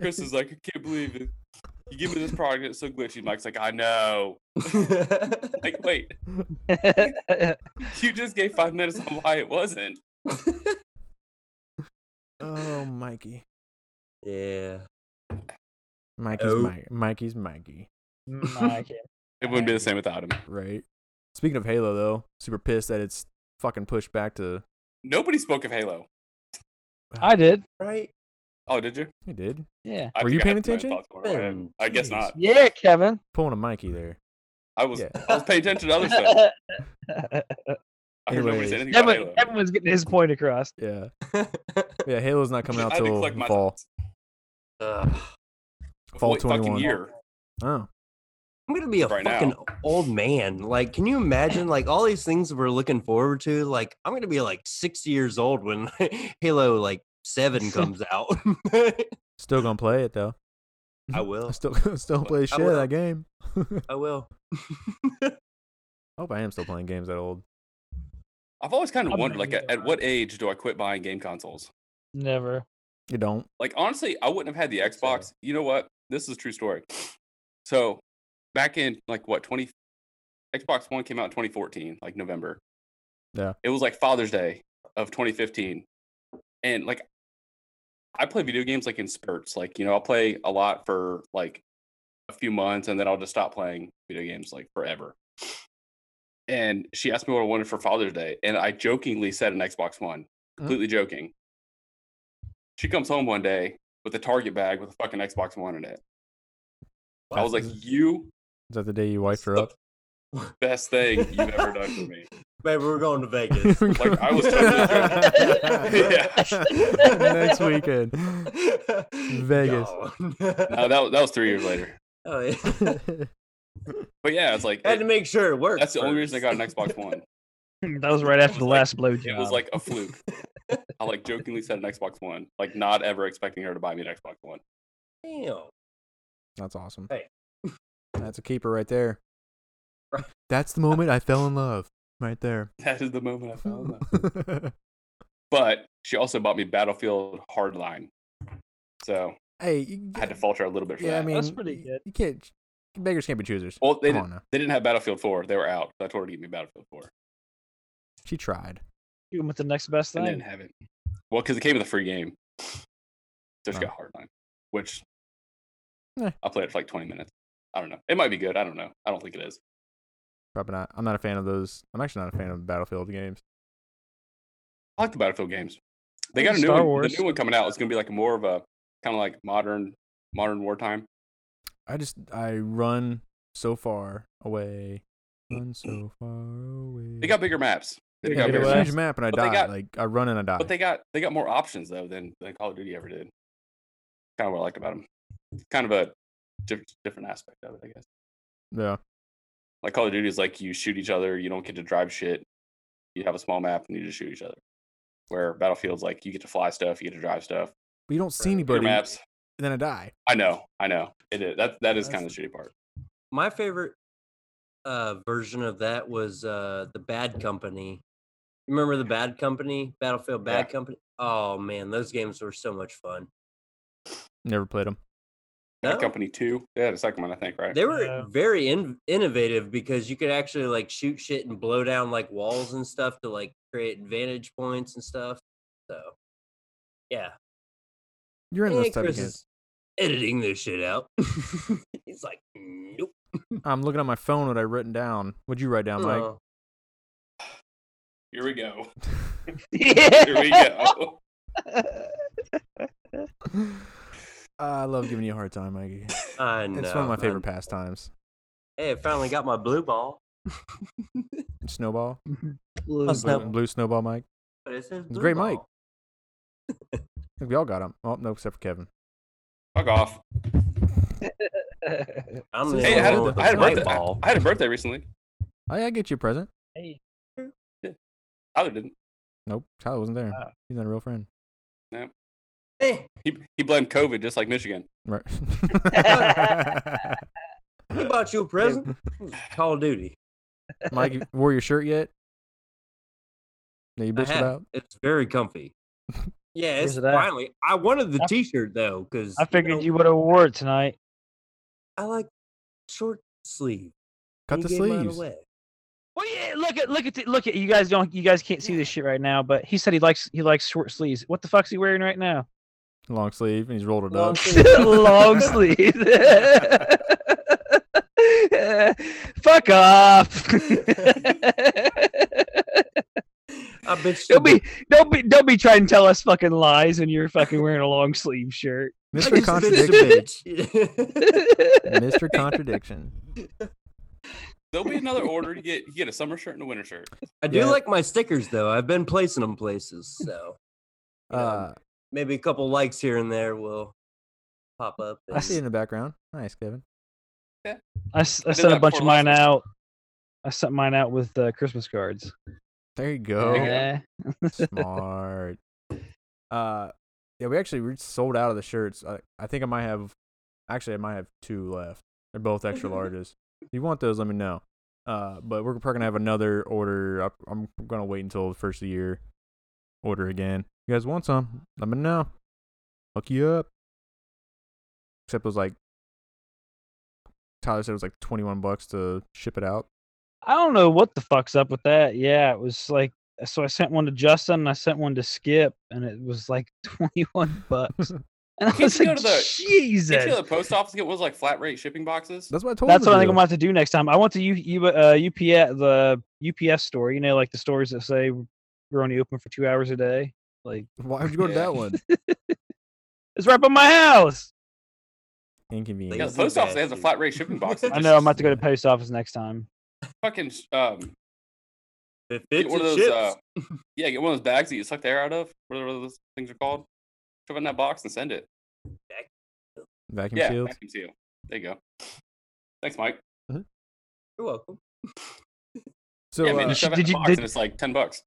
Chris is like, I can't believe it. You give me this product, it's so glitchy. Mike's like, I know. Like, wait, you just gave five minutes on why it wasn't. oh, Mikey. yeah. Mikey's Oh. Mike. Mikey's Mikey, Mm, It wouldn't be the same without him. right? Speaking of Halo, though, super pissed that it's fucking pushed back to. Nobody spoke of Halo. I did. Right? Oh, did you? He did Yeah. I Were you think I paying had attention? my own thoughts going on. I didn't- I guess Jeez. not. Yeah, Kevin. pulling a Mikey there. I was Yeah. I was paying attention to [laughs] other stuff. I heard nobody Anyways. say anything about Kevin, Halo. Kevin was getting his point across. [laughs] Yeah, yeah. Halo's not coming out I had to till collect my fall. thoughts. Ugh. Fall Wait, fucking 21. year. Oh, I'm gonna be a Right now. fucking old man. Like, can you imagine? Like all these things we're looking forward to. Like, I'm gonna be like 60 years old when [laughs] Halo like [laughs] Seven comes out. Still gonna play it though. I will. I [laughs] still still play shit will. that game. I I will. hope I am still playing games that old. I've always kind of I'm wondered, not like, gonna at, go at what age do I quit buying game consoles? Never. You don't. Like, honestly, I wouldn't have had the Think so. Xbox. You know what? This is a true story. [sniffs] So, back in like what twenty, Xbox One came out in twenty fourteen, like November. Yeah. It was like Father's Day of twenty fifteen, and like, I play video games like in spurts. Like, you know, I'll play a lot for like a few months, and then I'll just stop playing video games like forever. And she asked me what I wanted for Father's Day, and I jokingly said an Xbox One, completely joking. She comes home one day with a Target bag with a fucking Xbox One in it. I was like, Is "You that the day you wiped her the up? [laughs] best thing you've ever done for me." Baby, we're going to Vegas. [laughs] Like, [laughs] I was totally [laughs] [laughs] joking. Yeah. [laughs] Next weekend. Vegas. Yo. No, that was, that was three years later. [laughs] Oh, yeah. [laughs] But yeah, it's like Had to it- make sure it worked. that's the only reason I got an first. Xbox One. That was right after the like- last blowjob. It was like a fluke. [laughs] I like jokingly said an Xbox One, like not ever expecting her to buy me an Xbox One. [laughs] Damn. That's awesome. Hey. That's a keeper right there. Right. That's the moment I fell in love. Right there. That is the moment I found out. But she also bought me Battlefield Hardline, so hey, you, I had to falter a little bit for yeah, I that. Oh. mean, That's pretty y- good. You can't beggars can't be choosers. well, they Come on didn't, now. they didn't have Battlefield 4; they were out. So I told her to get me Battlefield 4, She tried. You went with the next best and they thing. didn't have it. Well, because it came with a free game, so she Oh. got Hardline, which Eh. I played it for like 20 minutes. I don't know. It might be good. I don't know. I don't think it is. Probably not. I'm not a fan of those. I'm actually not a fan of Battlefield games. I like the Battlefield games. They I got like a new Star one. Wars. The new one coming out. It's going to be like more of a kind of like modern, modern wartime. I just I run so far away. Run so far away. They got bigger maps. Mm. They They got I get got bigger a maps. maps. huge map and I But they die. got- like I run and I die. [laughs] But they got they got more options though than, than Call of Duty ever did. Kind of what I liked about them. Kind of a diff- different aspect of it, I guess. yeah. Like Call of Duty is like you shoot each other. You don't get to drive shit. You have a small map and you just shoot each other. Where Battlefield's like you get to fly stuff, you get to drive stuff. But you don't see Right. Bigger anybody. maps. Then I die. I know, I know. It is that that is That's- kind of the shitty part. my favorite uh version of that was uh the bad company You remember the bad company battlefield bad Yeah. company oh man those games were so much fun Never played them. Bad No? Company Two. Yeah, the second one I think, right? they were Yeah. very in- innovative because you could actually like shoot shit and blow down like walls and stuff to like create vantage points and stuff so yeah You're in Hey, those type Chris of games. is editing this shit out [laughs] he's like nope I'm looking at my phone. What I written down. What'd you write down, Mike? no. Here we go. Here we yeah. go. [laughs] I love giving you a hard time, [laughs] Mikey. I know It's one of my I favorite know. pastimes. hey i finally got my blue ball Snowball, Blue That's blue, Snowball. blue snowball, Mike. but it says It's blue great, ball. Mike. I think we all got him. Oh no, except for Kevin. Fuck off. ball. I'm So the it's only Hey, I had, all one with a good. a- I had a white birthday. I, [laughs] ball. I had a birthday recently. Oh, yeah, I get you a present. Hey, Tyler didn't. Nope, Tyler wasn't there. Ah. Oh. He's not a real friend. Hey, He he blamed COVID just like Michigan. Right. he bought you a [laughs] present. Call of Duty. [laughs] Mike, you wore your shirt yet? That you I bitched have. about? It's very comfy. Yeah, Where's it's it at? finally. I wanted the I- T-shirt though because I figured you would have wore it tonight. I like short sleeve. Cut You the gave mine sleeves. away. Well, yeah, look at look at the, look at you guys don't you guys can't see this shit right now, but he said he likes he likes short sleeves. What the fuck's he wearing right now? Long sleeve, and he's rolled it Long up. sleeve. [laughs] Long sleeve. [laughs] Fuck off. [laughs] I bitched. don't you be don't be don't be trying to tell us fucking lies when you're fucking wearing a long sleeve shirt. [laughs] bitch. [laughs] I Mr. just Contradiction. bitched you, bitch. Mr. Contradiction. There'll be another order to get you get a summer shirt and a winter shirt. [laughs] I do Yeah. like my stickers though. I've been placing them places, so you know, Uh, maybe a couple likes here and there will pop up. I see and- it in the background. Nice, Kevin. Yeah. I, s- I I did sent a that bunch for of mine last out. I sent mine out with uh, Christmas cards. There you go. you go. Yeah. Smart. Uh, yeah, we actually we sold out of the shirts. I, I think I might have, actually, I might have two left. They're both [laughs] extra larges. if you want those, let me know. Uh, but we're probably gonna have another order. I, I'm gonna wait until the first of the year. Order again. You guys want some? Let me know. Hook you up. Except it was like Tyler said it was like 21 bucks to ship it out. I don't know what the fuck's up with that. Yeah, it was like so I sent one to Justin and I sent one to Skip and it was like [laughs] 21 bucks. And I Can't was you go like, to the- Did Jesus. you go to the post office and get ones like flat rate shipping boxes? [laughs] That's what I told. That's him what to I think do. I'm about to do next time. I went to U, U, uh, UPS, the UPS store, you know, like the stores that say we're only open for two hours a day. Like, Why would you go to Yeah. that [laughs] one? it's right by my house. Inconvenient. Yeah, Those the are post office bad, has a dude. flat rate shipping box. [laughs] It I just- know I'm about to go to yeah. post office next time. Fucking um, If get it's one of those. chips, Uh, yeah, get one of those bags that you suck the air out of. Whatever those things are called. Shove it in that box and send it. Vacuum Yeah, sealed. vacuum seal. There you go. Thanks, Mike. you're welcome. So yeah, man, uh, just shove it did in a you- box did- and it's like ten bucks.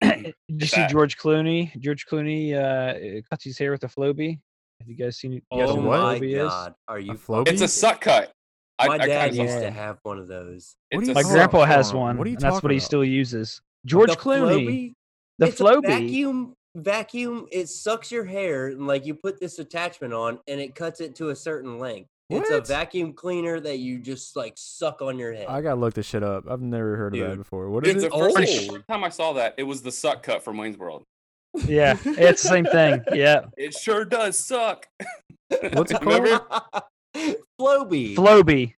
Did you see that. George Clooney? George Clooney uh, uh, cuts his hair with a Flowbee. Have you guys seen? You guys Oh seen what? my a Flowbee is? god, are you? Flowbee? fucking It's a suck cut. I, My I kinda dad love used it. to have one of those. What It's do a you My Oh, suck- grandpa hold has on. one. What are you and that's talking what he about? still uses. George The Clooney. Flowbee? The it's a Flowbee. vacuum vacuum it sucks your hair and like you put this attachment on and it cuts it to a certain length it's a What? vacuum cleaner that you just like suck on your head [laughs] I gotta look this shit up. I've never heard of that Dude. before. What Dude, is the it? first old? the first time I saw that, it was the suck cut from Wayne's World. Yeah, it's the [laughs] same thing. Yeah, It sure does suck. [laughs] What's it Remember? called? Flowbee. Flowbee.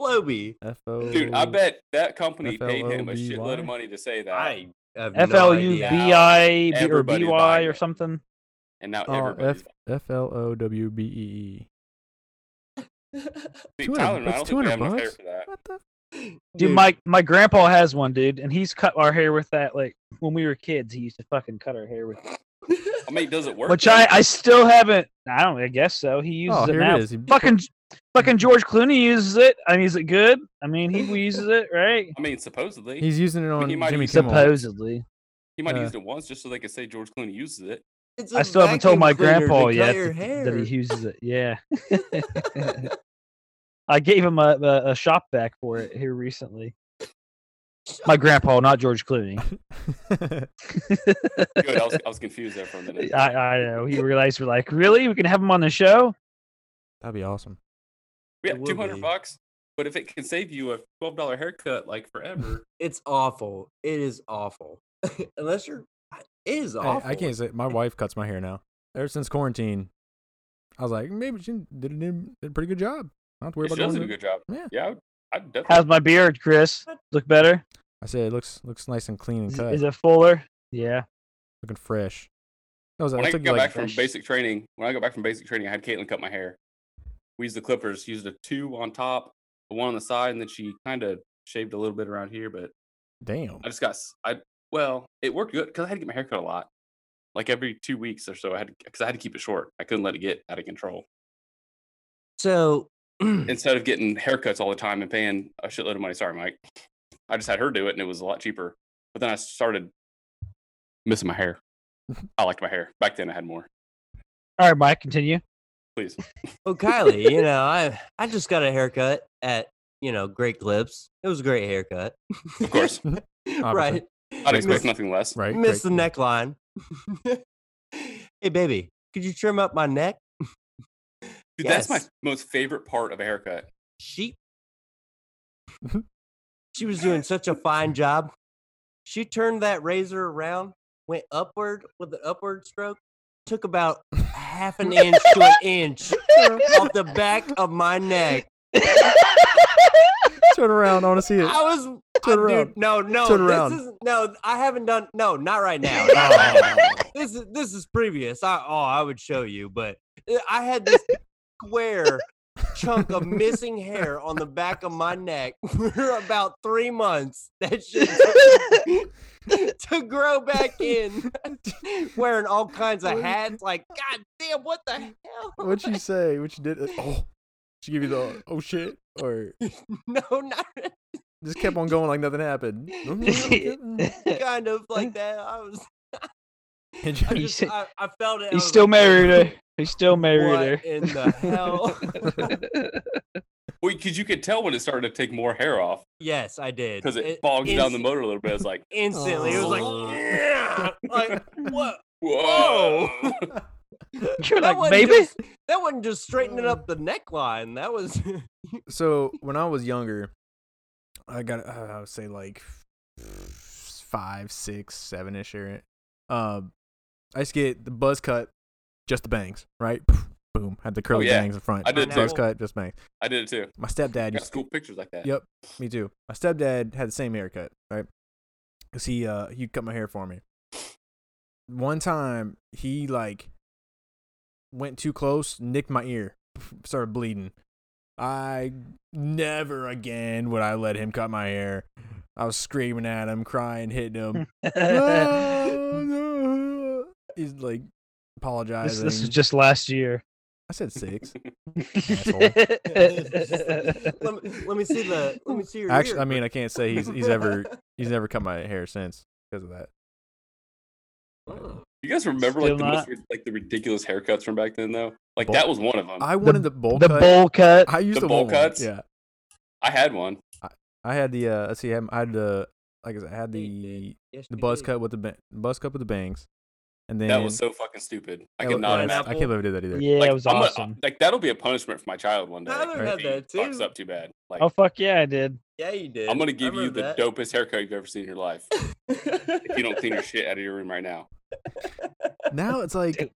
Flowbee. F O. Dude, I bet that company paid him Oh. F L a O B shitload Y? of money to say that, I have F no L U B idea. I B or B Everybody's Y buying or it. something. and now Oh, everybody's F F L O W B E See, 200 Tyler and I that's don't think we 200 have enough hair bucks? for E. that. What the? Dude, my my grandpa has one, dude, and he's cut our hair with that. Like when we were kids, he used to fucking cut our hair with. I mean, does it work? Which though? I I still haven't. I don't. I guess so. He uses Oh, it here now. it is. He- Fucking fucking George Clooney uses it. I mean, is it good? I [laughs] mean, he uses it, right? I mean, supposedly He's using it on mean, he might Jimmy use Kimmel. Supposedly. he might have uh, used it once just so they could say George Clooney uses it. [laughs] It's I a still haven't told my vacuum cleaner to grandpa cut yet your that, that hair. he uses it. Yeah. [laughs] [laughs] I gave him a, a, a shop back for it here recently. My grandpa, not George Clooney. [laughs] Good. I was, I was confused there for [laughs] a minute. I, I know. He realized we're like, really? We can have him on the show? That'd be awesome. yeah, It would two hundred be. bucks. But if it can save you a twelve dollar haircut, like forever, it's awful it is awful [laughs] unless you're it is Hey, awful I can't say. My wife cuts my hair now. Ever since quarantine, I was like, maybe she did a, did a pretty good job. I don't have to worry she about does going do to- a good job. Yeah. Yeah, I would, I'd How's definitely. my beard, Chris? Look better? I said it looks looks nice and clean and Is, cut, is it fuller? Yeah. looking fresh. That was, When that I took got like back from basic training, when I got back from basic training, I had Caitlin cut my hair. We used the clippers, used a two on top, the one on the side, and then she kind of shaved a little bit around here. But damn. I just got s- I well, it worked good because I had to get my hair cut a lot, like every two weeks or so. I had because I had to keep it short. I couldn't let it get out of control. so [clears throat] Instead of getting haircuts all the time and paying a shitload of money, sorry, Mike, I just had her do it and it was a lot cheaper. But then I started missing [laughs] my hair. I liked my hair back then. I had more. All right, [laughs] Mike, continue. Please, Well, Kylie, oh, you know, I I just got a haircut at you know Great Clips. It was a great haircut, [laughs] [laughs] of course, right? I'd expect Miss, nothing less. Right. miss great. the neckline. [laughs] hey, baby, could you trim up my neck? Dude, Yes. that's my most favorite part of a haircut. She she was doing such a fine job. She turned that razor around, went upward with the upward stroke. Took about half an inch to an inch off the back of my neck. [laughs] Turn around. I want to [laughs] see it. I was Turn I- dude, around. no, no, Turn this around. is no. I haven't done no, not right now. No, no, no. Oh. this is this is previous. I oh, I would show you, but uh, I had this square chunk of missing hair on the back of my neck [laughs] for about three months. That shit took- to grow back in, wearing all kinds of hats. Like, god damn, what the hell? [laughs] What'd she say? What she did? Oh, she gave you the oh shit. or [laughs] no, not just kept on going like nothing [laughs] happened. [laughs] you kind of like that. I was. And you- I, You just, said- I, I felt it. I was still like, married eh? her. He still married What her. in the hell? [laughs] Well, because you could tell when it started to take more hair off yes, I did. because it, bogs down the inst- motor a little bit. It's like, Instantly, it was Oh. like, yeah, [laughs] like what? [laughs] [laughs] whoa. that You're like, wasn't [laughs] baby. just- that wasn't just straightening up the neckline. That was [laughs] [laughs] so when I was younger, I got uh, I would say like five, six, seven ish area. Um, I used to get the buzz cut, just the bangs, right? Boom, had the curly Oh, yeah. bangs in front. I did buzz too. cut, just bangs. [laughs] I did it too. My stepdad Got used cool pictures like that. Yep. me too. My stepdad had the same haircut, right? Cause he uh he cut my hair for me. One time he like went too close, nicked my ear, [laughs] started bleeding. I never again would I let him cut my hair. I was screaming at him, crying, hitting [laughs] him. "No, no." He's like this, apologizing. this was just last year. I said six. [laughs] let, me, let me see the let me see [laughs] your Actually, ear. I mean I can't say he's he's ever he's never cut my hair since because of that. [laughs] Oh. You guys remember like Still the not. most, rid- like the ridiculous haircuts from back then though? Like that was one of them. I, I wanted the, bowl the cut. bowl cut. I used Um, The the, bowl bowl cuts? Yeah, had one. I had the. Uh, let's see, I had, I had the. Like I said, I had Yeah, the Yes, the you buzz did. cut with the ba- buzz cut with the bangs, and then That was so fucking stupid. I that could was- not yeah, imagine. I can't believe I did that either. Yeah, Like, it was I'm gonna- awesome. like that'll be a punishment for my child one day. Tyler if had he that, Fucks too. up too bad. Like Oh fuck yeah, I did. Yeah, you did. I'm gonna I give you the remember [laughs] dopest haircut you've ever seen in your life. that. If you [laughs] don't clean your shit out of your room right now. Now it's like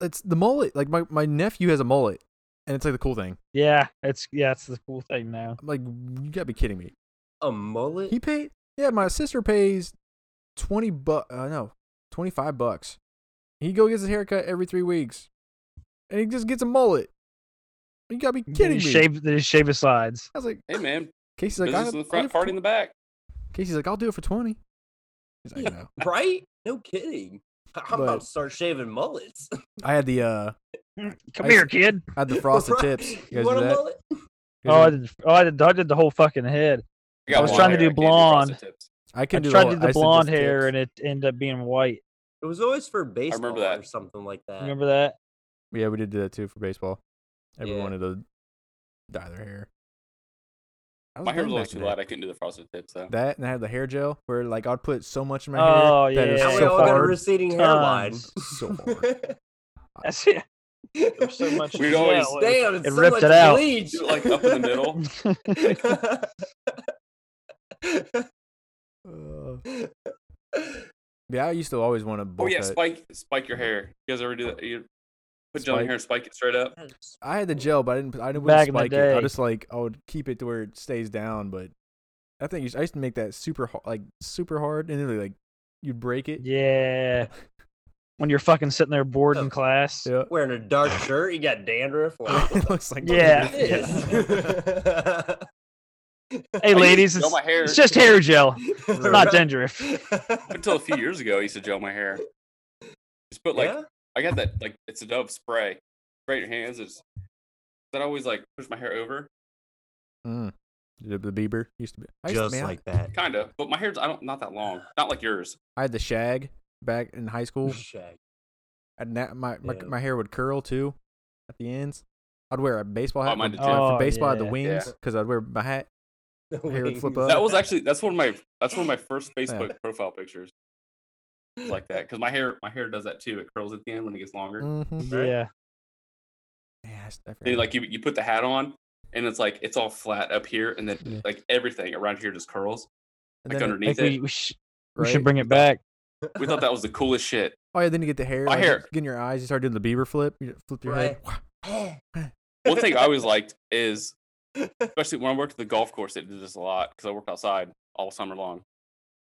it's the mullet. Like my, my nephew has a mullet, and it's like the cool thing. Yeah, it's yeah, it's the cool thing now. I'm like, you gotta be kidding me. a mullet. He paid. Yeah, my sister pays twenty bucks. Uh, no, twenty five bucks. He go gets his haircut every three weeks, and he just gets a mullet. You gotta be Did kidding he me. shave did he shave his sides? I was like, Hey man, Casey's like, business I'll- in the I'll do front, it party in the back. Casey's like, I'll do it for twenty. He's like, no. right? No kidding. I'm But- about to start shaving mullets. I had the uh, Mm, Come I here, used kid. I [laughs] had the frosted Right? tips. You guys You do want a that? mullet? You guys Oh, I do- did. Oh, I did. I did the whole fucking head. got I was blonde trying to do hair, I can't do blonde. frosted tips. I I can do tried to do I the used blonde just hair, tips. and it ended up being white. It was always for baseball or that. something like that. Remember that? yeah, we did do that too for baseball. Everyone Yeah. wanted to dye their hair. I was My hair was dumb always back too in the light. day. I couldn't do the frosted tips though. That and I had the hair gel where like I'd put so much in my Oh, hair that it was yeah. Now we so all got a hard. [laughs] receding hairline. Tons. so hard. That's it. There's so much We'd always- gel. Damn, it's It so ripped much it out. bleach. Do it like [laughs] up in the middle. [laughs] [laughs] Uh, yeah, I used to always want to bowl Oh yeah, cut. spike spike your hair. You guys ever do that? You put gel Spike. in your hair and spike it straight up. I had the gel, but I didn't. I didn't Back in the spike it. I day. just like I would keep it to where it stays down. But I think you- I used to make that super hard, like super hard, and then like you'd break it. [laughs] Yeah. When you're fucking sitting there bored Oh. in class. [laughs] Yeah. [laughs] Wearing a dark shirt, you got dandruff. Like, it looks like [laughs] Yeah. what is Hey, I used to ladies, gel it's, my hair. it's just hair gel. [laughs] It's not [laughs] dandruff. Up until a few years ago, I used to gel my hair. Just put like yeah? I got that like it's a Dove spray. Spray your hands. It's that I always like push my hair over, Mm. The, the Bieber used to be I used to- Just man, I- like that. kind of. But my hair's I don't not that long. Not like yours. I had the shag back in high [laughs] school. Shag. and that, my my, Yeah. my hair would curl too at the ends. I'd wear a baseball Oh, hat. mine for- did too. for Oh, baseball, I had the yeah. wings Yeah. because I'd wear my hat. Hair [laughs] would flip Wings. up. [laughs] That was actually that's one of my that's one of my first Facebook profile pictures was like that because my hair my hair does that too. It curls at the end when it gets longer. Mm-hmm. Right? Yeah. Yeah, I s- I Then forgot. like you you put the hat on and it's like it's all flat up here and then Yeah. like everything around here just curls And like then it- underneath Like it. we, we, sh- we right? should bring it back. we [laughs] thought that was the coolest shit. Oh yeah, then you get the hair. My like, hair. Get in your eyes. You start doing the Bieber flip. You flip your head. One thing I always [laughs] liked is, especially when I worked at the golf course, it did this a lot because I worked outside all summer long.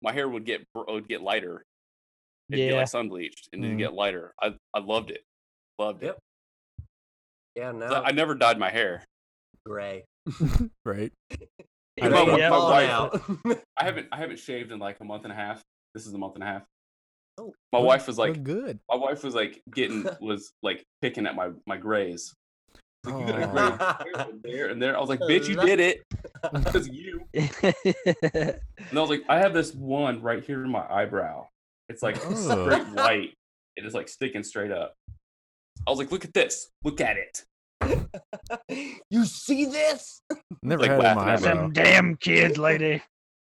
My hair would get br- would get lighter. It'd get Yeah. like sun bleached and it'd Mm. get lighter. I, I loved it. Loved it. Yep. Yeah, now 'Cause I, I never dyed my hair. gray. right. I know, Gray my- my all wife- out. I haven't I haven't shaved in like a month and a half. This is a month and a half. Oh, My Look- wife was like look good. my wife was [laughs] like getting was like picking at my my grays. Like, you gotta [laughs] grade there and there and there. I was like, bitch, you did it. Because you. And I was like, I have this one right here in my eyebrow. It's like Oh. straight white. It is like sticking straight up. I was like, look at this. Look at it. [laughs] you see this? Never Like had it in my laughing at eyebrow. Some damn [laughs] kids, lady.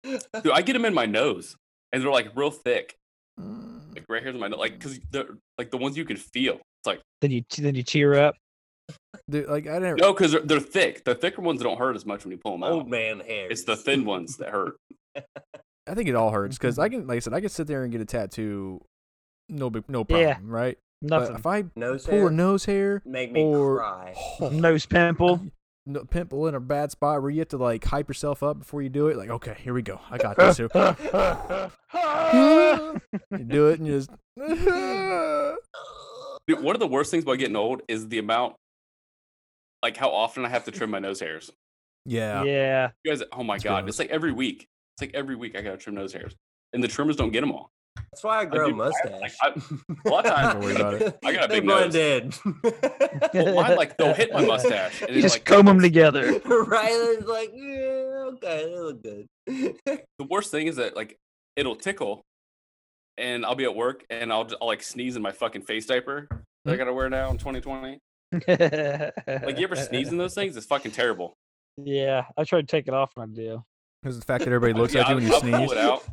Dude, I get them in my nose, and they're like real thick, Mm. like right here in my nose, like because they're like the ones you can feel. It's like Then you then you cheer up. Dude, like I never. no, because they're, they're thick. The thicker ones don't hurt as much when you pull them out. Old Oh, man hair. It's the thin ones that hurt. I think it all hurts because I Mm-hmm. can, like I said, I can sit there and get a tattoo, no big, no problem, Yeah. right? Nothing. But if I Nose pull hair her nose hair make me or cry. Nose [laughs] pimple. no, pimple in a bad spot where you have to like hype yourself up before you do it, like okay, here we go, I got this. [laughs] Here. [laughs] you do it and you [laughs] just. Dude, one of the worst things about getting old is the amount, like how often I have to trim my nose hairs. yeah. yeah. You guys, oh my It's god, gross. it's like every week. It's like every week I gotta trim nose hairs, and the trimmers don't get [laughs] them all. That's why I grow a do- I- mustache. I- a lot of times- Don't worry about it. [laughs] I got a they big nose. blend in. Well, mine like they'll hit my mustache. And You it, just like, comb them together. Rylan's like, yeah, okay, they look good. The worst thing is that like it'll tickle, and I'll be at work and I'll, j- I'll like sneeze in my fucking face diaper that I gotta wear now in 2020. [laughs] [laughs] Like you ever sneeze [laughs] in those things? It's fucking terrible. Yeah, I tried to take it off my [laughs] deal. Because the fact that everybody looks Yeah, at you when you I'll pull sneeze. [laughs] Mm. it out.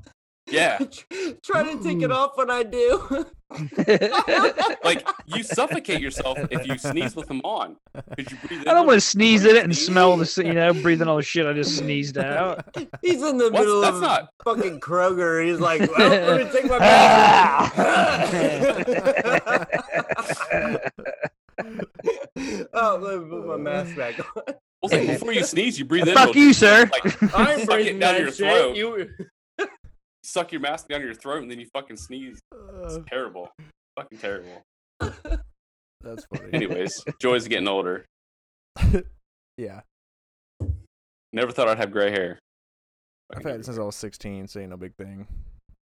Yeah, [laughs] Try to take it off when I do. [laughs] [laughs] I like you suffocate yourself if you sneeze with them on. Could you breathe? don't want to sneeze in it and smell the, s- you know, breathing all the shit I just sneezed out. He's in the middle What? That's of not. fucking Kroger. He's like, well, let me take [laughs] my mask. [laughs] oh, let me put my mask [laughs] back on. Well, [laughs] it's like, before you sneeze, you breathe in. Fuck it'll you, sir. Suck I'm it breathing down that your shit. throat. You- Suck your mask down your throat, and then you fucking sneeze. It's Uh, terrible. [laughs] Fucking terrible. That's funny. Anyways, Joy's getting older. yeah, Never thought I'd have gray hair. I've Fucking had it since I was 16, so ain't no big thing.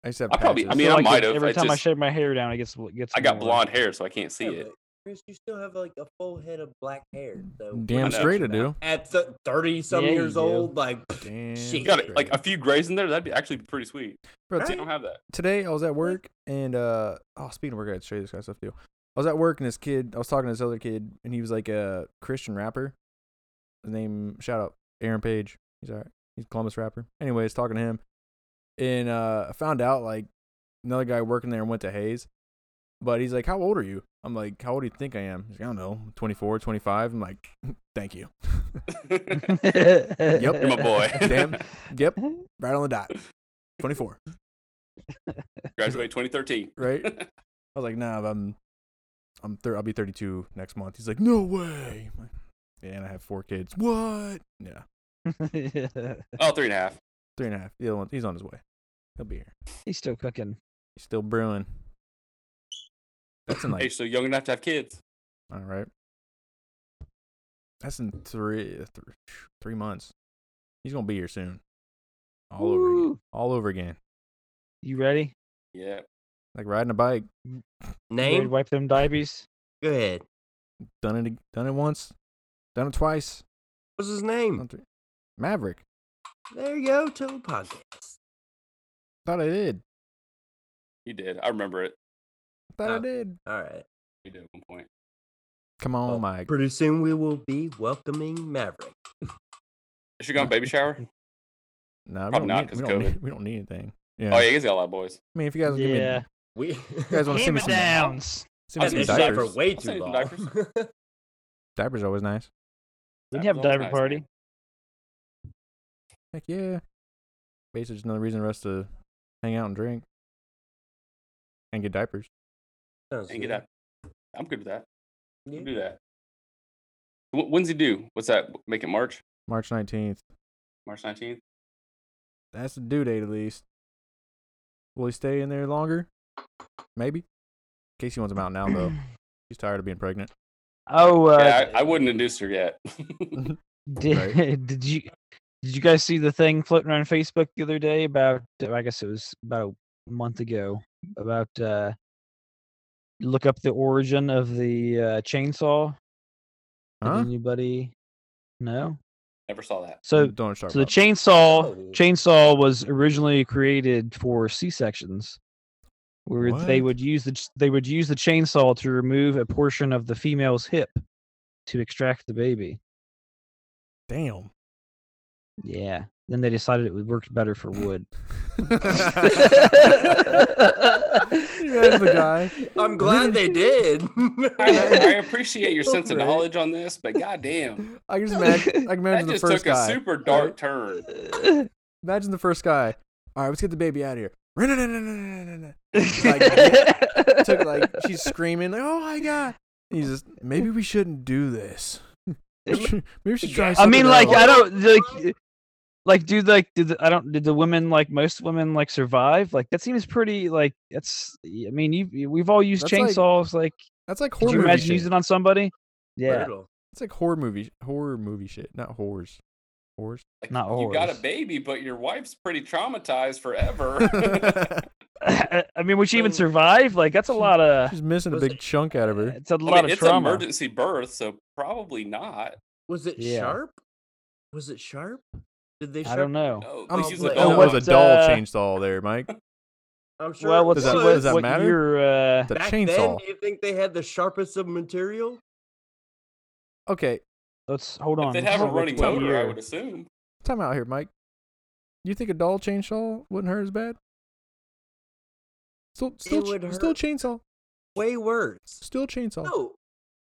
I used to have. I probably- I patches. mean, feel [laughs] I like might it- have, Every I time I just- shave my hair down, it gets it gets. I got more. [laughs] blonde [laughs] hair, so I can't see Yeah, it. but Chris, you still have like a full head of black hair. So what Damn are you straight I do. about? At th- thirty some Yeah, you years do. old, like Damn. Shit. You got like straight. a few grays in there. That'd be actually pretty sweet. Bro, I t- don't have that. today I was at work and uh oh speaking of work I had to show you this kind of stuff too. I was at work and this kid I was talking to this other kid and he was like a Christian rapper. His name shout out Aaron Page. He's alright. He's a Columbus rapper. Anyways, talking to him. And uh I found out like another guy working there went to Hayes. But he's like, How old are you? I'm like, How old do you think I am? He's like, I don't know, 24, 25. I'm like, [laughs] Thank you. [laughs] yep, You're my boy. Damn. Yep. Right on the dot. 24. [laughs] Graduated 2013. right? I was like, nah, I'm, I'm, thir- I'll be 32 next month. He's like, no way. I'm like, yeah, and I have four kids. What? Yeah, Oh, three and a half. three and a half. The other one, he's on his way. He'll be here. [laughs] He's still cooking. He's still brewing. That's in Hey, like, so young enough to have kids. all right. That's in three, three, three months. He's gonna be here soon. All over, again. Woo. all over again. You ready? Yeah. Like riding a bike. You ready to name. wipe them diabetes. Go ahead. Done it, ag- done it once. Done it twice. What's his name? done three- Maverick. There you go. To the podcast. Thought I did. You did. I remember it. Thought I Oh. did. All right. You did at one point. Come on, Well, Mike. Pretty soon we will be welcoming Maverick. Is she going baby [laughs] shower? No, we probably don't not need- 'cause we don't COVID. need- we don't need anything. Yeah. Oh yeah, you guys got a lot of boys. I mean, if you guys give Yeah. me, [laughs] We guys wanna see me some- downs. send me some I've been this some shit for diapers. way I'll too send you some long. [laughs] diapers. Diapers are always nice. We can That have a was always diaper nice, man. party. Heck yeah. Basically, just another reason for us to hang out and drink and get diapers. Sounds And get good. up. I'm good with that. Yeah. We'll do that. Wh- When's he do? What's that? Make it March? March nineteenth. March 19th? That's the due date, at least. Will he stay in there longer? Maybe. Casey wants him out now, [clears throat] though. She's tired of being pregnant. Oh, uh, yeah, I, I wouldn't induce her yet. [laughs] did, [laughs] did you did you guys see the thing floating around Facebook the other day about? I guess it was about a month ago about uh, look up the origin of the uh, chainsaw. Did Huh? anybody? No. Never saw [laughs] that. So don't wanna talk so the about it. chainsaw Oh. chainsaw was originally created for C sections, where they What? would use the ch- they would use the chainsaw to remove a portion of the female's hip to extract the baby. [laughs] Damn. [laughs] Yeah. Then they decided it would work better for wood. There's the guy. I'm glad they did. [laughs] I, I appreciate your sense of Right. knowledge on this, but goddamn, [laughs] I can just imagine. I can that imagine the just first took guy. a super dark right? turn. Imagine the first guy. All right, let's get the baby out of here. Rin-nin-nin-nin-nin-nin-nin. [laughs] [laughs] Took like she's screaming like, "Oh my god!" And he's just maybe we shouldn't do this. [laughs] maybe we should try. I Something mean, like else. I don't like, like do like did the, I don't did the women like most women like survive? Like that seems pretty like that's I mean you you- we've all used That's like chainsaws. Like, that's like horror could you movie imagine shit. using it on somebody? Yeah, Brutal. It's like horror movie, horror movie shit, not whores. [laughs] Whores. Like, Not you got a whores. baby, but your wife's pretty [laughs] traumatized [laughs] forever. I mean, would she even Wait. survive? Like that's a lot of [laughs] She's missing a Was big chunk out of her. it's a I lot mean, of it's an trauma. emergency birth, so probably not. Was it Yeah. sharp? Was it sharp? Did they? Sharp? I don't know. No, I they don't use bl- a it That dog. oh, was a what, doll uh, chainsaw there, [laughs] Mike. I'm sure. Well, it what's Does that- was. what, does that what matter? year, uh, The Back then, chainsaw. do you think they had the sharpest of material? Okay, let's hold If on. they'd let's have a see what- running what motor, I year. would assume. time out here, Mike. You think a doll chainsaw wouldn't hurt as bad? Still, still, ch- would still hurt. chainsaw, Way worse. still chainsaw. No.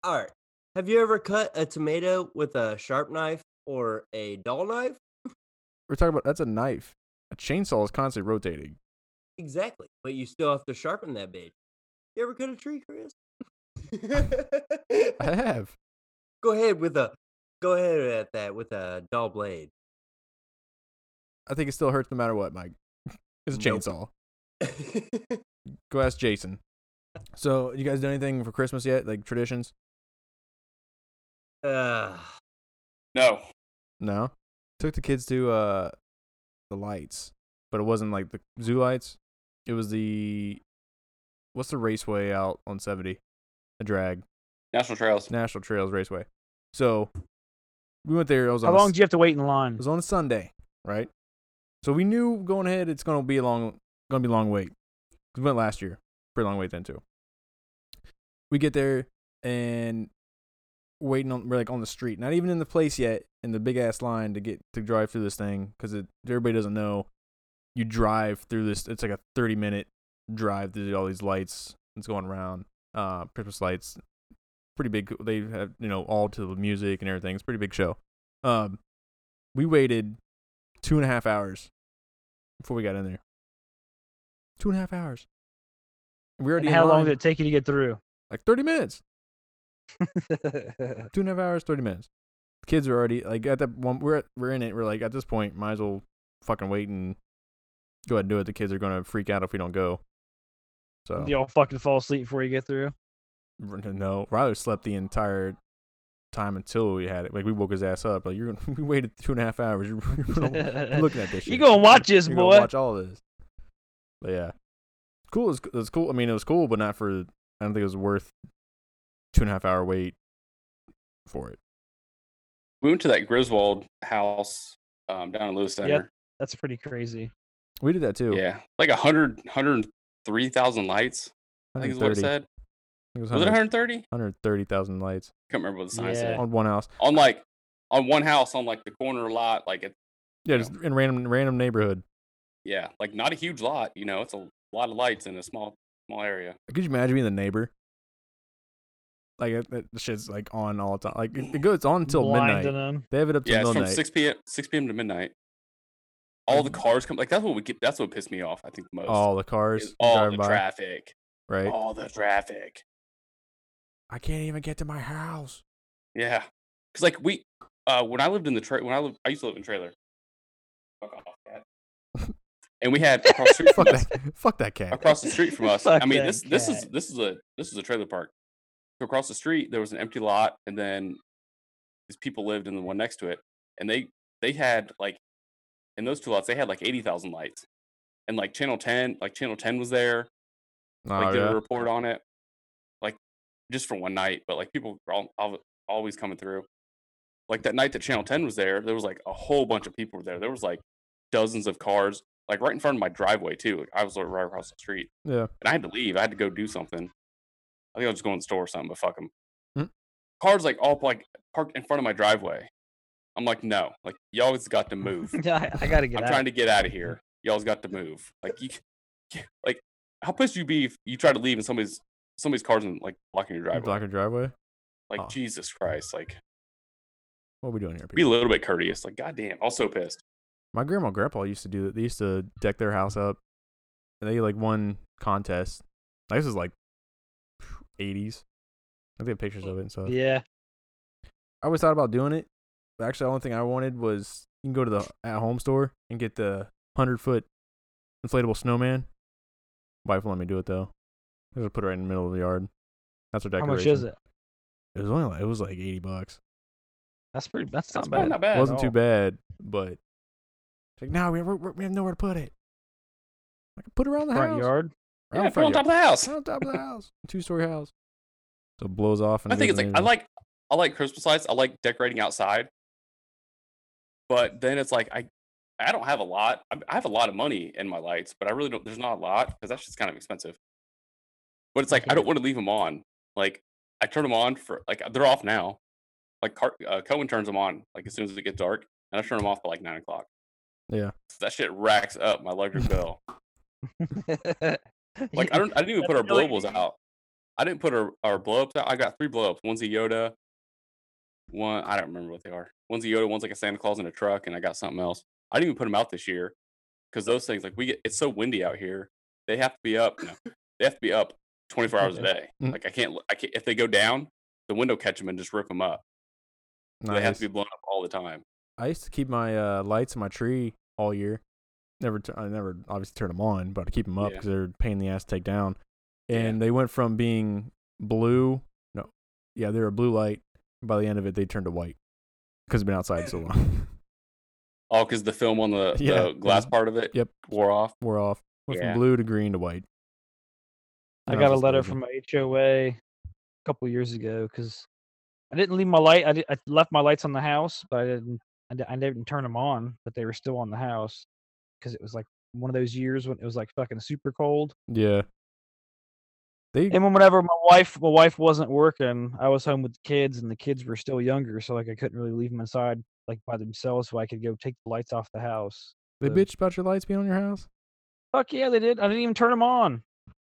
All right. Have you ever cut a tomato with a sharp knife or a dull knife? We're talking about that's a knife. A chainsaw is constantly rotating. [laughs] Exactly. But you still have to sharpen that bitch. You ever cut a tree, Chris? I have. [laughs] go ahead with a go ahead at that with a dull blade. I think it still hurts no matter what, Mike. [laughs] It's a Nope. chainsaw. Go ask Jason. So, you guys done anything for Christmas yet? Like traditions? uh, No. No. Took the kids to uh the lights, but it wasn't like the zoo lights. It was the what's the raceway out on seventy, the drag National Trails. National Trails Raceway. So we went there. It was How on a long s- do you have to wait in line? It was on a Sunday, right? So we knew going ahead it's gonna be a long, gonna be a long wait. 'Cause We went last year, pretty long wait then too. We get there and waiting on we're like on the street, not even in the place yet, in the big ass line to get to drive through this thing because everybody doesn't know. You drive through this. It's like a thirty minute drive through all these lights. It's going around uh, Christmas lights. Pretty big. They have you know all to the music and everything. It's a pretty big show. Um, we waited two and a half hours before we got in there. Two and a half hours. And we And already in how long line, did it take you to get through? [laughs] like thirty minutes. Two and a half hours, thirty minutes. Kids are already like at that one. We're at, we're in it. We're like at this point, might as well fucking wait and go ahead and do it. The kids are gonna freak out if we don't go. So Do y'all fucking fall asleep before you get [laughs] through? [laughs] R- No, Ryler slept the entire time until we had it. Like we woke his ass up. Like you're gonna, [laughs] we waited two and a half hours. You're, [laughs] [laughs] gonna- I'm looking at this You shit. gonna watch this, you're boy? gonna watch all of this. But yeah, cool. It's it's cool. I mean, it was cool, but not for. I don't think it was worth two and a half hour wait for it. We went to that Griswold house um, down in Lewis Yep. Center. That's pretty crazy. We did that too. Yeah. Like 100, 103,000 lights, I think is what it 130. I said. think it was Was 100 it 130? Can't 130,000 lights remember what the sign Yeah. said. on one house. On like, on one house on like the corner lot, like it, Yeah, just in random random neighborhood. yeah, like not a huge lot, you know, it's a lot of lights in a small, small area. Could you imagine being the neighbor? Like it, it- the shit's like on all the time. Like it, it goes on until midnight. Blinding them. They have it up till Yeah, it's from midnight. Mm-hmm. six p.m. six p.m. to midnight. All the cars come like that's what we get. That's what pissed me off. I think the most. all the is cars all the driving by, traffic. right? All the traffic. I can't even get to my house. Yeah, because like we, uh, when I lived in the tra- when I lived, I used to live in a trailer. Fuck off, cat. and we had across the street Fuck from us, that. [laughs] Fuck that cat. [laughs] across the street from us. I Fuck mean that this this is cat. this is a this is a trailer park. So across the street there was an empty lot, and then these people lived in the one next to it, and they they had like in those two lots they had like eighty thousand lights, and like channel ten like channel ten was there. Oh, [laughs] like did yeah. a report on it, like just for one night. But like people were all all, always coming through. Like that night that Channel 10 was there, there was like a whole bunch of people were there. There was like dozens of cars, like right in front of my driveway too. Like I was like, right across the street, Yeah. and I had to leave. I had to go do something. I think I was just going to the store or something, but fuck them. Hmm. Cars like all like parked in front of my driveway. I'm like, no, like y'all's got to move. [laughs] Yeah, I, I gotta get I'm out. trying to get out of here. Y'all's got to move. Like you, [laughs] c- like how pissed you be if you try to leave and somebody's somebody's car's in, like blocking your driveway. Block your driveway. Like Oh. Jesus Christ. Like What are we doing here? be a People? little bit courteous. Like goddamn, also pissed. My grandma and grandpa used to do that. They used to deck their house up. And they like won contests. Like, this is like 80s. I think they have pictures of it and stuff. Yeah, I always thought about doing it. But actually, the only thing I wanted was you can go to the at home store and get the 100 foot inflatable snowman. Wife won't let me do it though. I just put it right in the middle of the yard. That's our how decoration. much is it? It was only like, it was like 80 bucks. That's pretty. That's not That's probably bad. not bad. at wasn't too all. bad, but it's like now we, we we have nowhere to put it. I can put it around the Front house. yard. [laughs] Around Yeah, the put it on front top of the house. yard. on top of the house. [laughs] Two story house. So it blows off. And I think goes it's like in I the- like I like Christmas lights. I like decorating outside. But then it's like I I don't have a lot. I I have a lot of money in my lights, but I really don't. There's not a lot because that's just kind of expensive. But it's like I don't want to leave them on. Like I turn them on for like they're off now. Like Car- uh, Cohen turns them on like as soon as it gets dark, and I turn them off by like nine o'clock. Yeah. So that shit racks up my electric bill. Like I [laughs] Yeah. [laughs] don't, I didn't even put our That's really blowables out. I didn't put our, our blow ups out. I got three blow ups. One's a Yoda. One I don't remember what they are. One's a Yoda. One's like a Santa Claus in a truck, and I got something else. I didn't even put them out this year because those things like we get. It's so windy out here. They have to be [laughs] up. No, they have to be up 24 hours a day. Mm. Like I can't. l- I can't. If they go down, the window catch them and just rip them up. So They have nice. to be blown up all the time. I used to keep my uh, lights in my tree all year. Never, tu- I never obviously turn them on, but I keep them up Yeah. because they're a pain in the ass to take down. Yeah. And they went from being blue, no, yeah, they were a blue light. By the end of it, they turned to white because they've been outside so long. [laughs] All because the film on the, Yeah, the glass it's- part of it yep. wore off. We're off. Went Yeah. from blue to green to white. I And got a was just letter lazy. from my HOA a couple years ago because I didn't leave my light. I, did, I left my lights on the house, but I didn't. I, di- I didn't turn them on, but they were still on the house because it was like one of those years when it was like fucking super cold. Yeah. They And when whenever my wife, my wife wasn't working, I was home with the kids, and the kids were still younger, so like I couldn't really leave them inside like by themselves, so I could go take the lights off the house. uh, they the- bitched about your lights being on your house. Fuck yeah, they did. I didn't even turn them on.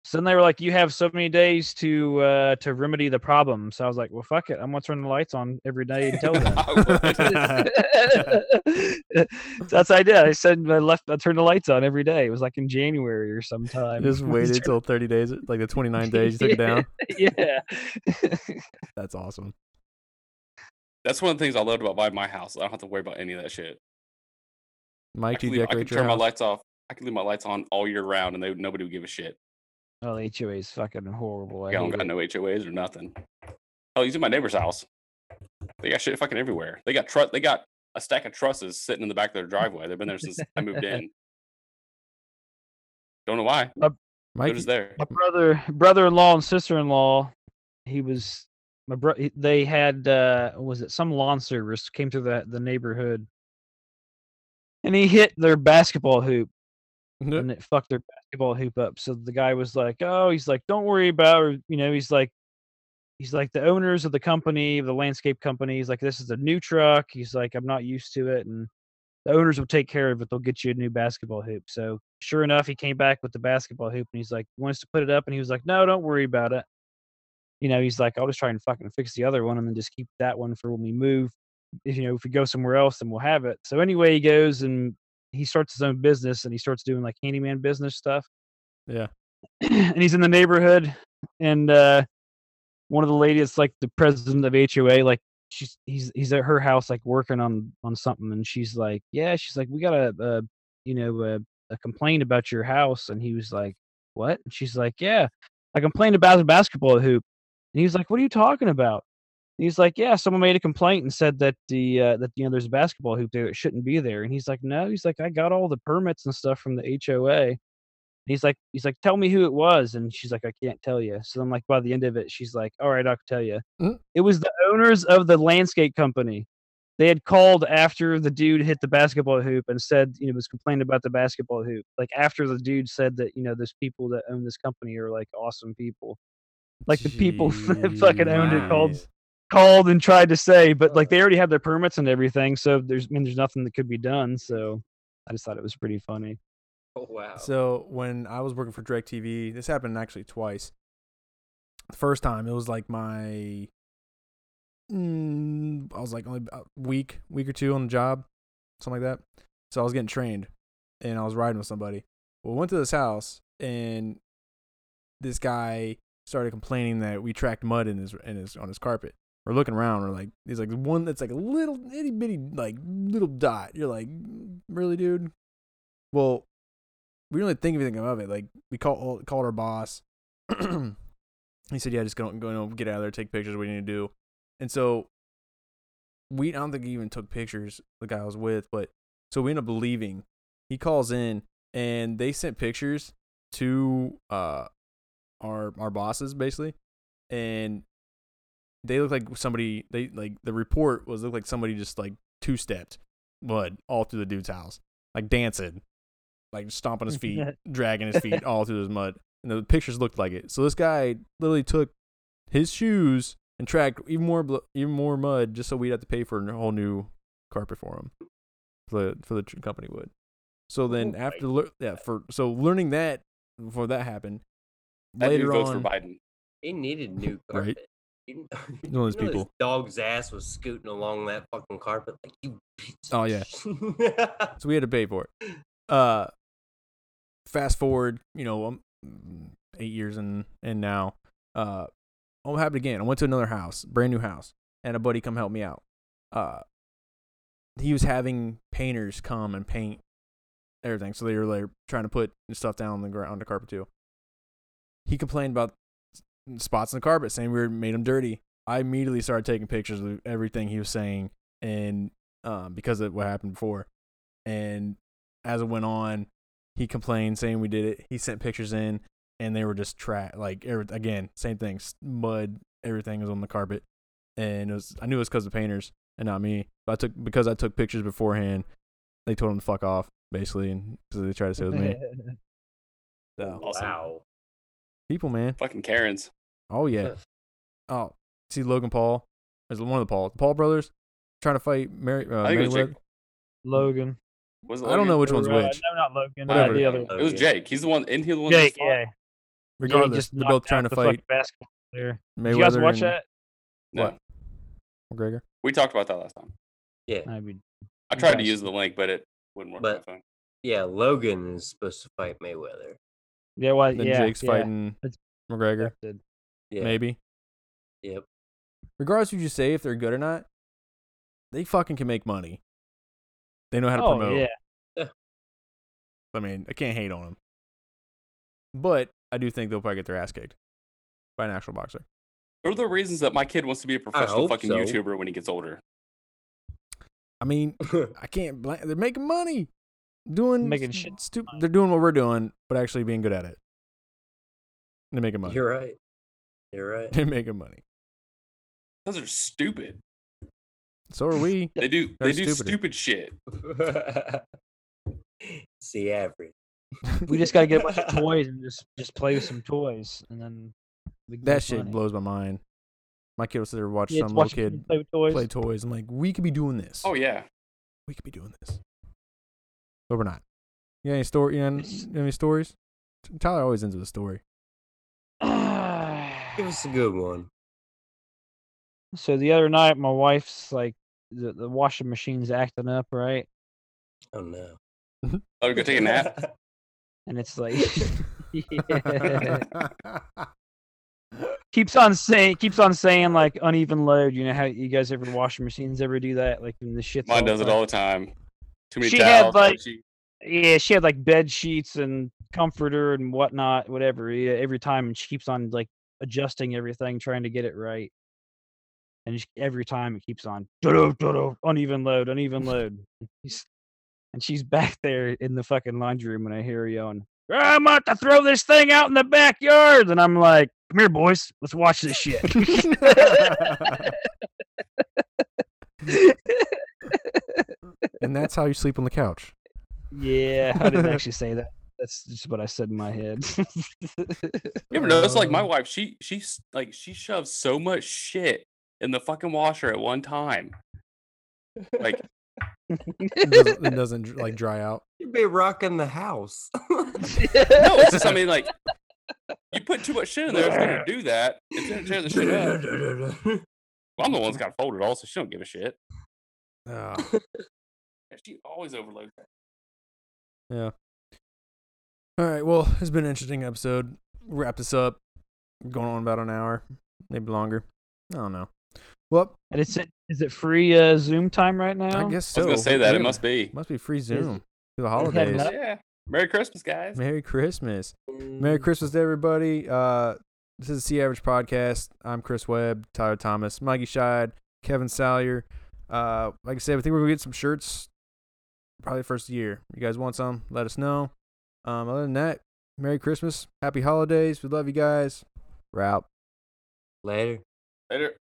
So then they were like, "You have so many days to uh, to remedy the problem." So I was like, "Well, fuck it, I'm gonna turn the lights on every day until Oh, [laughs] [laughs] [laughs] then." Oh, so that's the idea. I said I left. I turned the lights on every day. It was like in January or sometime. [laughs] Just waited till 30 days, like the 29 days you took it [laughs] down. yeah. [laughs] That's awesome. That's one of the things I loved about buying my house. I don't have to worry about any of that shit. I Mike, can, you leave, I can decorate your turn my house. lights off. I can leave my lights on all year round, and they nobody would give a shit. well, the HOA is fucking horrible. I I don't hate got it. no HOAs or nothing. Hell, he's in my neighbor's house. They got shit fucking everywhere. They got truss. They got a stack of trusses sitting in the back of their driveway. They've been there since I [laughs] moved in. Don't know why. They're Mike, just there. my brother brother-in-law and sister-in-law he was my bro he- they had uh was it some lawn service came through the the neighborhood and he hit their basketball hoop and it fucked their basketball hoop up so the guy was like oh he's like don't worry about it," you know he's like he's like the owners of the company of the landscape company he's like this is a new truck he's like i'm not used to it and the owners will take care of it. They'll get you a new basketball hoop. So sure enough, he came back with the basketball hoop and he's like, "You want us to put it up? And he was like, No, don't worry about it. You know, he's like, I'll just try and fucking fix the other one and then just keep that one for when we move. If you know, if we go somewhere else, then we'll have it. So anyway, he goes and he starts his own business and he starts doing like handyman business stuff. Yeah. [clears throat] and he's in the neighborhood and uh one of the ladies like the president of HOA, like she's he's he's at her house like working on on something and she's like yeah she's like we got a, a you know a, a complaint about your house and he was like what and she's like yeah i complained about the basketball hoop and he was like what are you talking about and he's like yeah someone made a complaint and said that the uh, that you know there's a basketball hoop there it shouldn't be there and he's like no he's like i got all the permits and stuff from the hoa he's like, he's like, tell me who it was, and she's like, I can't tell you. So I'm like, by the end of it, she's like, all right, I'll tell you. Mm. It was the owners of the landscape company. They had called after the dude hit the basketball hoop and said, you know, was complaining about the basketball hoop. Like after the dude said that, you know, those people that own this company are like awesome people. Like the people [laughs] that fucking owned it called Jeez. called and tried to say, but like they already had their permits and everything, so there's I mean there's nothing that could be done. So I just thought it was pretty funny. Oh, wow. So when I was working for DirecTV, this happened actually twice. The first time it was like my, mm, I was like only about week, week or two on the job, something like that. So I was getting trained, and I was riding with somebody. Well, we went to this house, and this guy started complaining that we tracked mud in his in his on his carpet. We're looking around. We're like, he's like one that's like a little itty bitty like little dot. You're like, "Mm, really, dude? Well, we didn't really think of anything of it. Like we called called our boss. [clears throat] he said, "Yeah, just go go you know, get out of there, take pictures. What you need to do." And so we I don't think he even took pictures. The guy I was with, but so we end up leaving. He calls in and they sent pictures to uh our our bosses basically, and they look like somebody. They like the report was looked like somebody just like two stepped blood all through the dude's house, like dancing, like stomping his feet, dragging his feet all through his mud. And the pictures looked like it. So this guy literally took his shoes and tracked even more blo- even more mud just so we'd have to pay for a whole new carpet for him. For the, for the tr- company would. So then Oh my after lear- yeah for so learning that before that happened That dude later votes for on Biden. He needed new Right. carpet. You know, [laughs] you one of those know this people. dog's ass was scooting along that fucking carpet like you. Bitch. Oh, yeah. [laughs] yeah. so we had to pay for it. Uh, fast forward, you know, um, eight years and and now, uh, what happened again? I went to another house, brand new house, and a buddy come help me out. Uh, he was having painters come and paint everything, so they were like trying to put stuff down on the ground, on the carpet too. He complained about s- spots in the carpet, saying we were made him dirty. I immediately started taking pictures of everything he was saying, and um, because of what happened before, and as it went on, he complained saying we did it. He sent pictures in, and they were just trash. Like every, again, same thing, s- mud. Everything was on the carpet, and it was. I knew it was because of the painters and not me. But I took because I took pictures beforehand. They told him to fuck off, basically, and because they tried to say it was me. So Awesome. Wow. people, man. Fucking Karens. Oh yeah. Oh, see Logan Paul. There's one of the Pauls, the Paul brothers, trying to fight Mary. Uh, I think it was Mayweather. Jake. [laughs] Logan. Was it I don't Logan? know which Or, one's uh, which. No, not Logan. uh, Whatever. the other It was Jake. He's the one. Isn't he the one? that Jake, fought? yeah. yeah, he Regardless, just they're knocked both out trying to the fucking fight basketball player. Mayweather. Did you guys watch and that? No. What? McGregor. We talked about that last time. Yeah. I mean, I tried to Yes. use the link, but it wouldn't work. But- on my phone. Yeah. Logan is supposed to fight Mayweather. [laughs] yeah, well, Then Uh, yeah, Jake's yeah, fighting It's- McGregor. accepted. Yeah. Maybe. Yep. Regardless who you say, if they're good or not, they fucking can make money. They know how to Oh promote. yeah, I mean, I can't hate on them. But I do think they'll probably get their ass kicked by an actual boxer. What are the reasons that my kid wants to be a professional hope fucking so. YouTuber when he gets older? I mean, I can't blame. They're making money, doing Making st- shit Stu- they're doing what we're doing, but actually being good at it. They're making money. You're right. You're right. [laughs] They're making money. Those are stupid. So [laughs] are we. They do. They're they do stupider. stupid shit. [laughs] [laughs] it's the average. we just gotta get a [laughs] bunch of toys and just just play with some toys, and then we can That make shit money. blows my mind. My kid will sit there and watch Yeah, some just little watch kids kid play with toys. [sighs] play toys. I'm like, we could be doing this. Oh yeah. we could be doing this, but we're not. You got any story? You got any, you got [laughs] any stories? T- Tyler always ends with a story. [laughs] Give us a good one. so the other night, my wife's like, the, the washing machine's acting up, right? Oh no. Oh, go take [laughs] a nap. And it's like, [laughs] yeah. keeps on saying, keeps on saying like uneven load. You know how you guys ever washing machines ever do that? Like when the shit's Mine does it like- all the time. Too many She had, towels. like- she- Yeah, she had like bed sheets and comforter and whatnot, whatever. Yeah, every time, and she keeps on like adjusting everything, trying to get it right. And she, every time it keeps on "Doo-doo, doo-doo, uneven load, [laughs] uneven load. And she's- And she's back there in the fucking laundry room, and I hear her yelling, "Ah, I'm about to throw this thing out in the backyard. And I'm like, come here, boys. Let's watch this shit. [laughs] and that's how you sleep on the couch. yeah, [laughs] I didn't actually say that. That's just what I said in my head. You ever notice like my [laughs] Um, wife, she she's like she shoves so much shit in the fucking washer at one time. [laughs] Like It doesn't, it doesn't dr- like dry out. [laughs] You'd be rocking the house. no, it's just I mean like you put too much shit in there, it's gonna do that. It's gonna tear the shit up. [laughs] Well, I'm the one that's got folded all, so she don't give a shit. Ah, Yeah, She always overloads that. yeah. All right. Well, it's been an interesting episode. Wrap this up. Going on about an hour, maybe longer. I don't know. Well, and it's it is it free uh, Zoom time right now? I guess I so. was gonna say that Yeah. it must be. must be free Zoom for the have holidays. nothing. Yeah. Merry Christmas, guys. Merry Christmas. [laughs] Merry Christmas to everybody. Uh, this is the C Average Podcast. I'm Chris Webb, Tyler Thomas, Mikey Scheid, Kevin Salyer. Uh, like I said, I think we're gonna get some shirts probably first of the year. You guys want some? Let us know. Um, other than that, Merry Christmas, Happy Holidays. We love you guys. We're out. Later. Later.